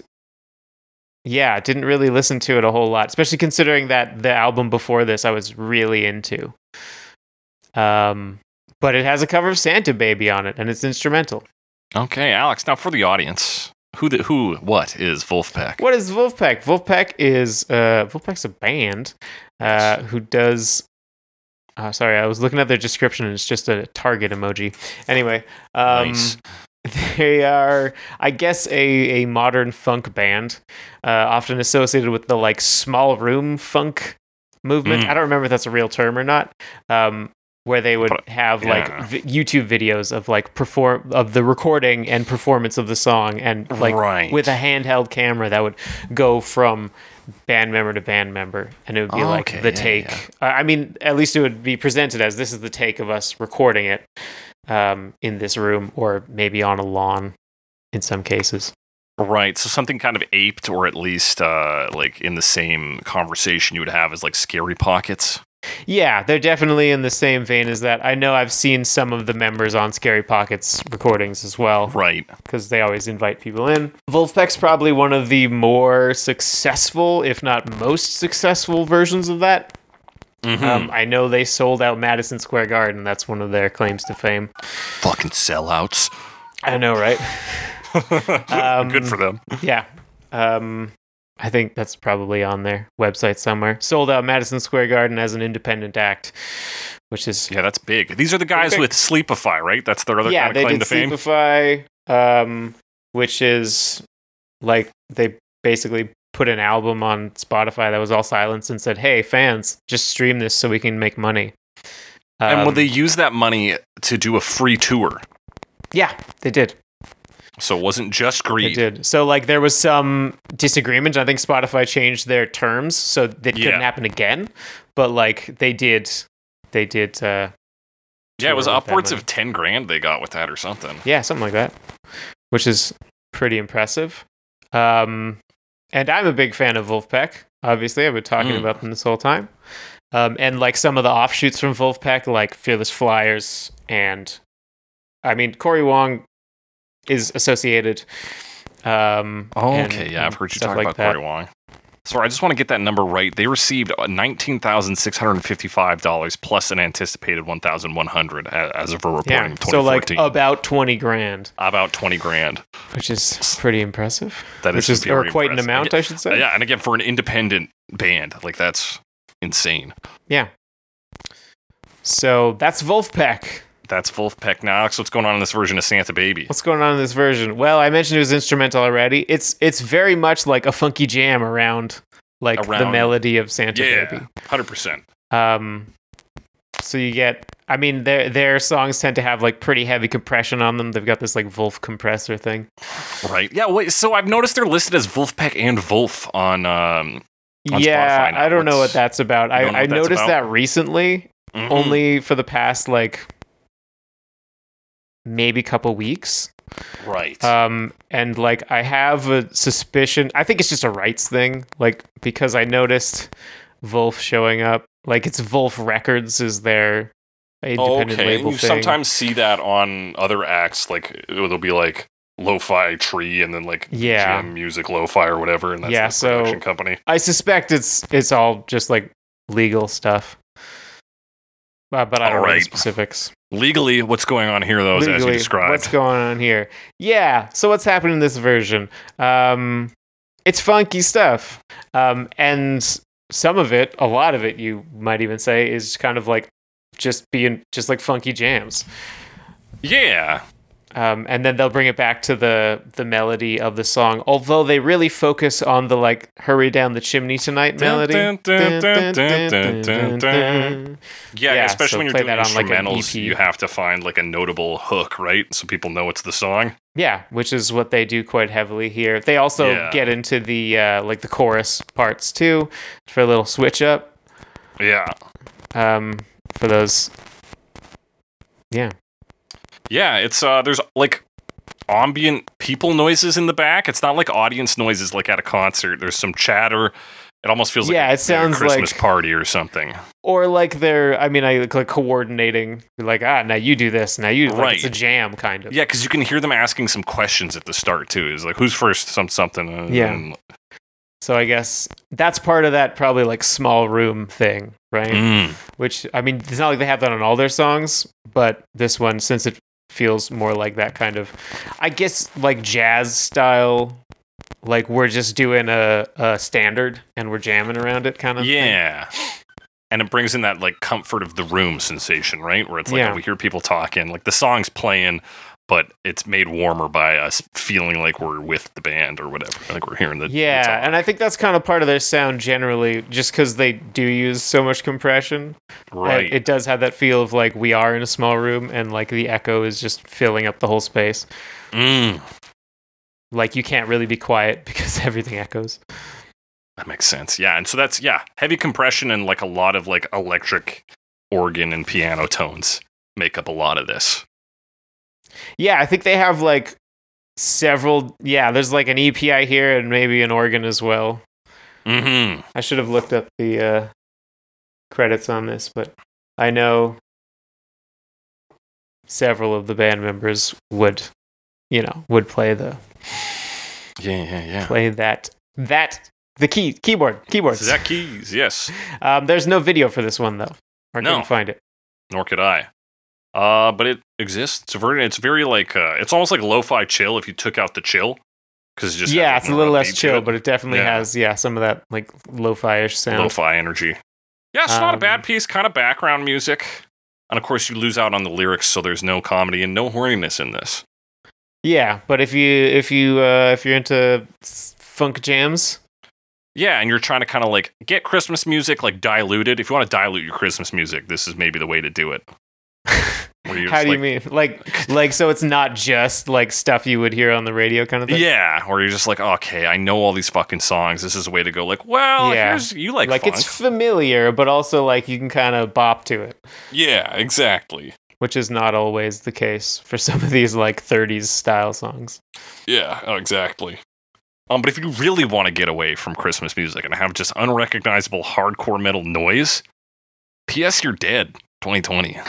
yeah, didn't really listen to it a whole lot, especially considering that the album before this I was really into. Um, but it has a cover of Santa Baby on it, and it's instrumental. okay, Alex. Now for the audience, who the who what is Wolfpack? What is Wolfpack? Wolfpack is uh, Wolfpack's a band uh, who does. Uh, sorry, I was looking at their description, and it's just a target emoji. Anyway, um, Nice. They are, I guess, a, a modern funk band, uh, often associated with the like small room funk movement. Mm. I don't remember if that's a real term or not. Um, where they would But- have yeah. like v- YouTube videos of like perform of the recording and performance of the song, and like Right. with a handheld camera that would go from band member to band member, and it would be Oh, like okay, the yeah, take. yeah. Uh, I mean, at least it would be presented as this is the take of us recording it um, in this room or maybe on a lawn in some cases. Right. So something kind of aped, or at least uh, like in the same conversation you would have as like Scary Pockets. Yeah, they're definitely in the same vein as that. I know I've seen some of the members on Scary Pockets recordings as well Right. because they always invite people in. Wolfpack's probably one of the more successful, if not most successful, versions of that. Mm-hmm. Um, I know they sold out Madison Square Garden. That's one of their claims to fame. Fucking sellouts. I know, right? Um, Good for them. yeah. Um, I think that's probably on their website somewhere. Sold out Madison Square Garden as an independent act, which is Yeah, that's big. These are the guys Okay. with Sleepify, right? That's their other yeah, kind of claim to they fame. did Sleepify, um, which is like they basically put an album on Spotify that was all silence and said, "Hey fans, just stream this so we can make money." and Um, well, they use that money to do a free tour. yeah, they did. So it wasn't just They greed. did. So like there was some disagreement. I think Spotify changed their terms so that Yeah. couldn't happen again. But like they did, they did. Uh, Yeah, it was Tour with that upwards money. of 10 grand they got with that or something. yeah, something like that, which is pretty impressive. Um, and I'm a big fan of Wolfpack. Obviously, I've been talking Mm. about them this whole time. Um, and like some of the offshoots from Wolfpack, like Fearless Flyers, and I mean Corey Wong is associated. Um, Oh, and okay. Yeah, I've heard you stuff talk like about that. Corey Wong. Sorry, I just want to get that number right. They received uh, $19,655 plus an anticipated 1100 a- as of a reporting Yeah. of So like 2014. about 20 grand, about 20 grand. which is pretty impressive. That is which is or very quite an impressive. amount, I should say. Yeah, and again, for an independent band, like that's insane. Yeah. So that's Wolfpack. That's Wolfpack. Now, Alex, what's going on in this version of Santa Baby? What's going on in this version? Well, I mentioned it was instrumental already. It's it's very much like a funky jam around like the Around- melody of Santa Yeah, Baby. 100%. Um so you get I mean their their songs tend to have like pretty heavy compression on them. They've got this like Wolf compressor thing. Right. Yeah, wait, so I've noticed they're listed as Wolfpack and Wolf on. um On yeah, Spotify now, I don't know what what's- that's about. I, don't know I what that's noticed about? that recently. mhm. only for the past like maybe couple weeks Right. um and like i have a suspicion i think it's just a rights thing like because i noticed wolf showing up like it's wolf records is their independent okay. label You thing. sometimes see that on other acts. Like, it'll be like lo-fi tree and then like Yeah. jam music lo-fi or whatever and that's Yeah, the so- production company I suspect it's it's all just like legal stuff. Uh, but I don't know the Alright. specifics. legally what's going on here though is as you Legally, What's described going on here? Yeah. So what's happening in this version? Um, it's funky stuff, um, and some of it, a lot of it, you might even say, is kind of like just being just like funky jams. yeah Um, and then they'll bring it back to the the melody of the song. Although they really focus on the like "Hurry Down the Chimney Tonight" melody. Dun, dun, dun, dun, dun, dun, dun. yeah, Yeah, especially so when you're play doing that on, like, an E instrumentals EP. you have to find like a notable hook right so people know it's the song Yeah, which is what they do quite heavily here. They also Yeah. get into the uh, like the chorus parts too for a little switch up yeah um, for those. Yeah, Yeah, it's uh there's like ambient people noises in the back. It's not like audience noises like at a concert. There's some chatter. It almost feels like Yeah, a- it sounds a Christmas like- party or something. or like they're I mean I like coordinating like ah now you do this now you like, it's a Right. jam kind of Yeah, because you can hear them asking some questions at the start too. Is like who's first, some something. uh, Yeah. and- So I guess that's part of that probably like small room thing, right? Mm. Which I mean, it's not like they have that on all their songs, but this one since it feels more like that kind of I guess like jazz style like we're just doing a, a standard and we're jamming around it kind of Yeah. And it brings in that like comfort of the room sensation, right? Where it's like Yeah. we hear people talking, like the song's playing, but it's made warmer by us feeling like we're with the band or whatever. Like we're hearing the the Yeah, song. and I think that's kind of part of their sound generally, just because they do use so much compression. right. It, it does have that feel of like we are in a small room and like the echo is just filling up the whole space. mm. like you can't really be quiet because everything echoes. That makes sense. Yeah. And so that's, yeah, heavy compression and like a lot of like electric organ and piano tones make up a lot of this. Yeah, I think they have like several. Yeah, there's like an EPI here and maybe an organ as well. Mm I should have looked up the uh, credits on this, but I know several of the band members would, you know, would play the hmm. Yeah. Yeah. Yeah. play that that the key keyboard keyboards. Zach Keys. Yes. Um, there's no video for this one though. I No. couldn't find it. Nor could I. Uh, but it exists. It's very, it's very like, uh, it's almost like lo fi chill if you took out the chill. Cause it just has, yeah, like, it's a more little upbeat less to chill, it. but it definitely Yeah. has yeah some of that like lo-fi-ish sound. lo-fi energy. Yeah, it's not a Um, bad piece. Kind of background music, and of course you lose out on the lyrics, so there's no comedy and no horniness in this. Yeah, but if you if you uh, if you're into s- funk jams, Yeah, and you're trying to kind of like get Christmas music like diluted. If you want to dilute your Christmas music, this is maybe the way to do it. Where you're how just do you like- mean? Like like so it's not just like stuff you would hear on the radio kind of thing. Yeah, or you're just like, okay, I know all these fucking songs. This is a way to go. Like, well, Yeah. here's you like, like funk. it's familiar, but also like you can kind of bop to it, yeah, exactly. which is not always the case for some of these like 30s style songs. Yeah, oh, exactly. Um, but if you really want to get away from Christmas music and have just unrecognizable hardcore metal noise, P.S. You're Dead 2020.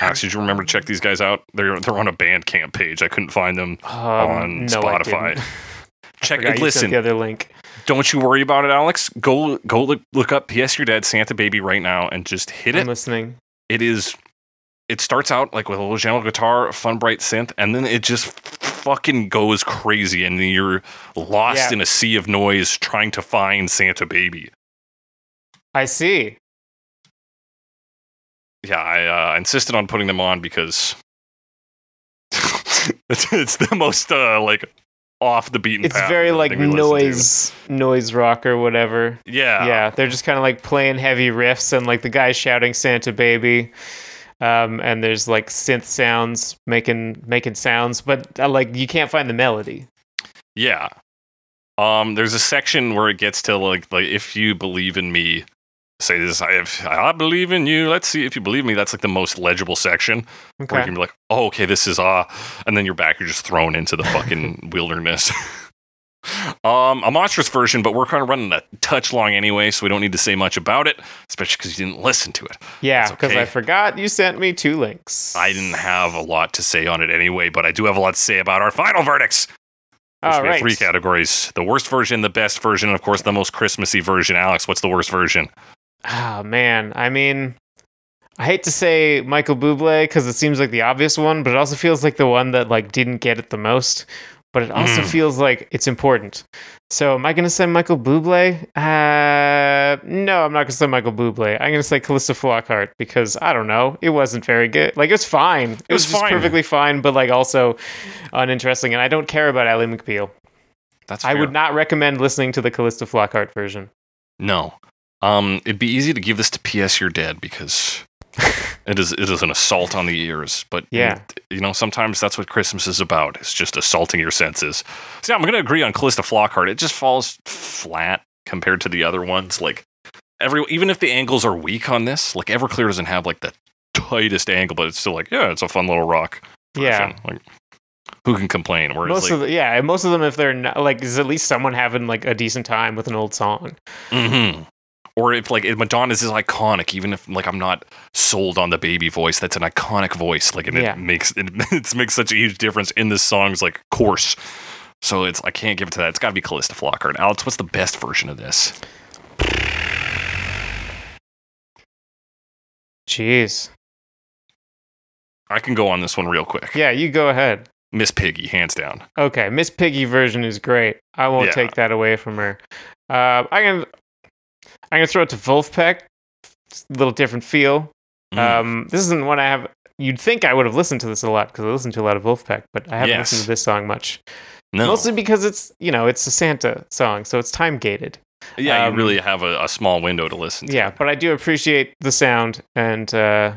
Alex, did you remember to check these guys out? They're they're on a Bandcamp page. I couldn't find them Um, on no, I Spotify. didn't. Check Forgot you it. sent Listen, the other link. don't you worry about it, Alex. Go go look, look up PS Your Dad Santa Baby right now and just hit I'm it. listening. It is. It starts out like with a little gentle guitar, a fun bright synth, and then it just fucking goes crazy, and you're lost Yeah. in a sea of noise trying to find Santa Baby. I see. yeah, I uh, insisted on putting them on because it's, it's the most uh, like off the beaten. It's path very of like everything we listen to. noise noise rock or whatever. Yeah, yeah, they're just kind of like playing heavy riffs and like the guy shouting Santa Baby. Um, and there's like synth sounds making making sounds, but uh, like you can't find the melody. yeah. Um, there's a section where it gets to like like if you believe in me, say this I, have, I believe in you let's see if you believe me that's like the most legible section where you Okay. can be like oh okay this is ah and then you're back you're just thrown into the fucking wilderness um a monstrous version but we're kind of running a touch long anyway so we don't need to say much about it especially because you didn't listen to it Yeah, It's because okay. I forgot you sent me two links. i didn't have a lot to say on it anyway but i do have a lot to say about our final verdicts which All we have right. three categories the worst version the best version and of course the most christmassy version alex what's the worst version Ah, man. I mean, I hate to say Michael Bublé because it seems like the obvious one, but it also feels like the one that like didn't get it the most. But it also Mm. feels like it's important. So am I gonna say Michael Bublé? Uh, no, I'm not gonna say Michael Bublé. I'm gonna say Calista Flockhart because I don't know. It wasn't very good. Like it was fine. It, was was, just fine. perfectly fine, but like also uninteresting. And I don't care about Ally McBeal. that's I fair. would not recommend listening to the Calista Flockhart version. No. Um, it'd be easy to give this to PS You're Dead because it is it is an assault on the ears. But Yeah. you know, sometimes that's what Christmas is about. It's just assaulting your senses. See, I'm gonna agree on Callista Flockhart. It just falls flat compared to the other ones. Like every even if the angles are weak on this, like Everclear doesn't have like the tightest angle, but it's still like, yeah, it's a fun little rock. Yeah. version. Like who can complain? Whereas most like, of the, yeah, and most of them if they're not like is at least someone having like a decent time with an old song. hmm Or if like if Madonna's is iconic, even if like I'm not sold on the baby voice, that's an iconic voice. Like and Yeah. it makes it it's makes such a huge difference in this song's like course. So it's I can't give it to that. It's got to be Callista Flockhart. Alex, what's the best version of this? Jeez. I can go on this one real quick. Yeah, you go ahead. Miss Piggy, hands down. Okay, Miss Piggy version is great. I won't Yeah. take that away from her. Uh, I can I can throw it to Wolfpack. It's A little different feel. Mm. Um, this isn't one I have. You'd think I would have listened to this a lot because I listened to a lot of Wolfpack, but I haven't Yes. listened to this song much. Mm, no, Mostly because it's you know it's a Santa song, so it's time gated. yeah, um, you really have a, a small window to listen. to. yeah but i do appreciate the sound and uh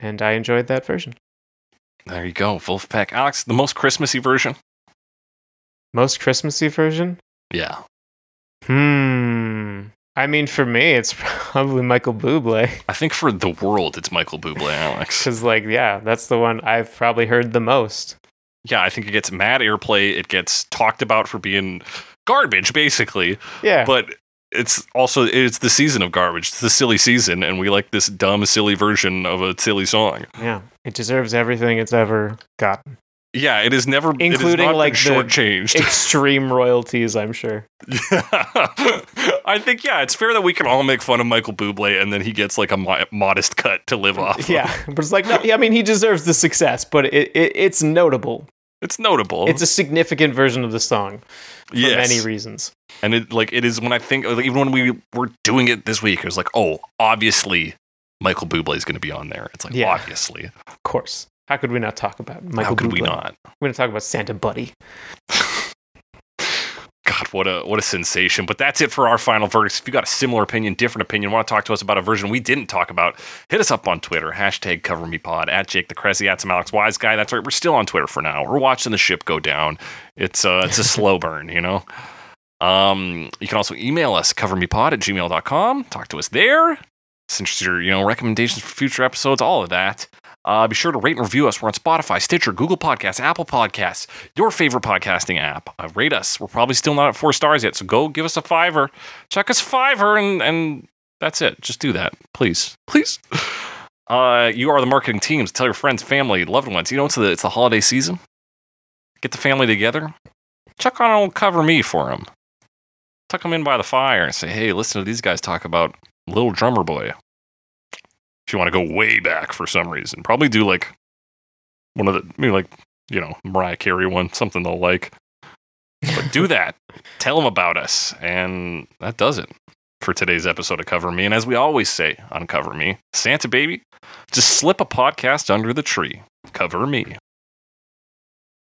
and i enjoyed that version there you go, Wolfpack. Alex, the most Christmassy version. most christmassy version Yeah, hmm i mean for me it's probably michael buble I think for the world, it's Michael Bublé. Alex, because like yeah that's the one i've probably heard the most yeah, I think it gets mad airplay. It gets talked about for being garbage, basically. yeah But it's also it's the season of garbage. It's the silly season, and we like this dumb, silly version of a silly song. yeah it deserves everything it's ever gotten Yeah, it is never it has Including, not been like, the- shortchanged. extreme royalties i'm sure I think yeah, it's fair that we can all make fun of Michael Bublé, and then he gets like a mo- modest cut to live off. of. yeah but it's like no yeah, i mean he deserves the success but it, it it's notable it's notable. it's a significant version of the song for Yes. many reasons And it like it is when I think like, even when we were doing it this week, it was like, oh, obviously Michael Bublé is going to be on there. It's like Yeah. obviously. of course how could we not talk about Michael How could we Bublé? not? We're gonna talk about Santa Buddy. God, what a what a sensation! But that's it for our final verdicts. If you got a similar opinion, different opinion, want to talk to us about a version we didn't talk about, hit us up on Twitter hashtag CoverMePod at Jake the Cressy at some Alex Wise guy. That's right, we're still on Twitter for now. We're watching the ship go down. It's uh it's a slow burn, you know. Um, you can also email us covermepod at gmail.com. Talk to us there. Send us your you know recommendations for future episodes, all of that. Uh, be sure to rate and review us. We're on Spotify, Stitcher, Google Podcasts, Apple Podcasts, your favorite podcasting app. Uh, rate us. We're probably still not at four stars yet, so go give us a fiver. Check us a fiver, and and that's it. Just do that, please, please. Uh, you are the marketing teams. Tell your friends, family, loved ones. You know it's the it's the holiday season. Get the family together. Check on old cover me for them. Tuck them in by the fire and say, hey, listen to these guys talk about Little Drummer Boy if you want to go way back for some reason. Probably do like one of the maybe like you know Mariah Carey one, something they'll like. But do that. Tell them about us, and that does it for today's episode of Cover Me. And as we always say on Cover Me, Santa baby, just slip a podcast under the tree. Cover me.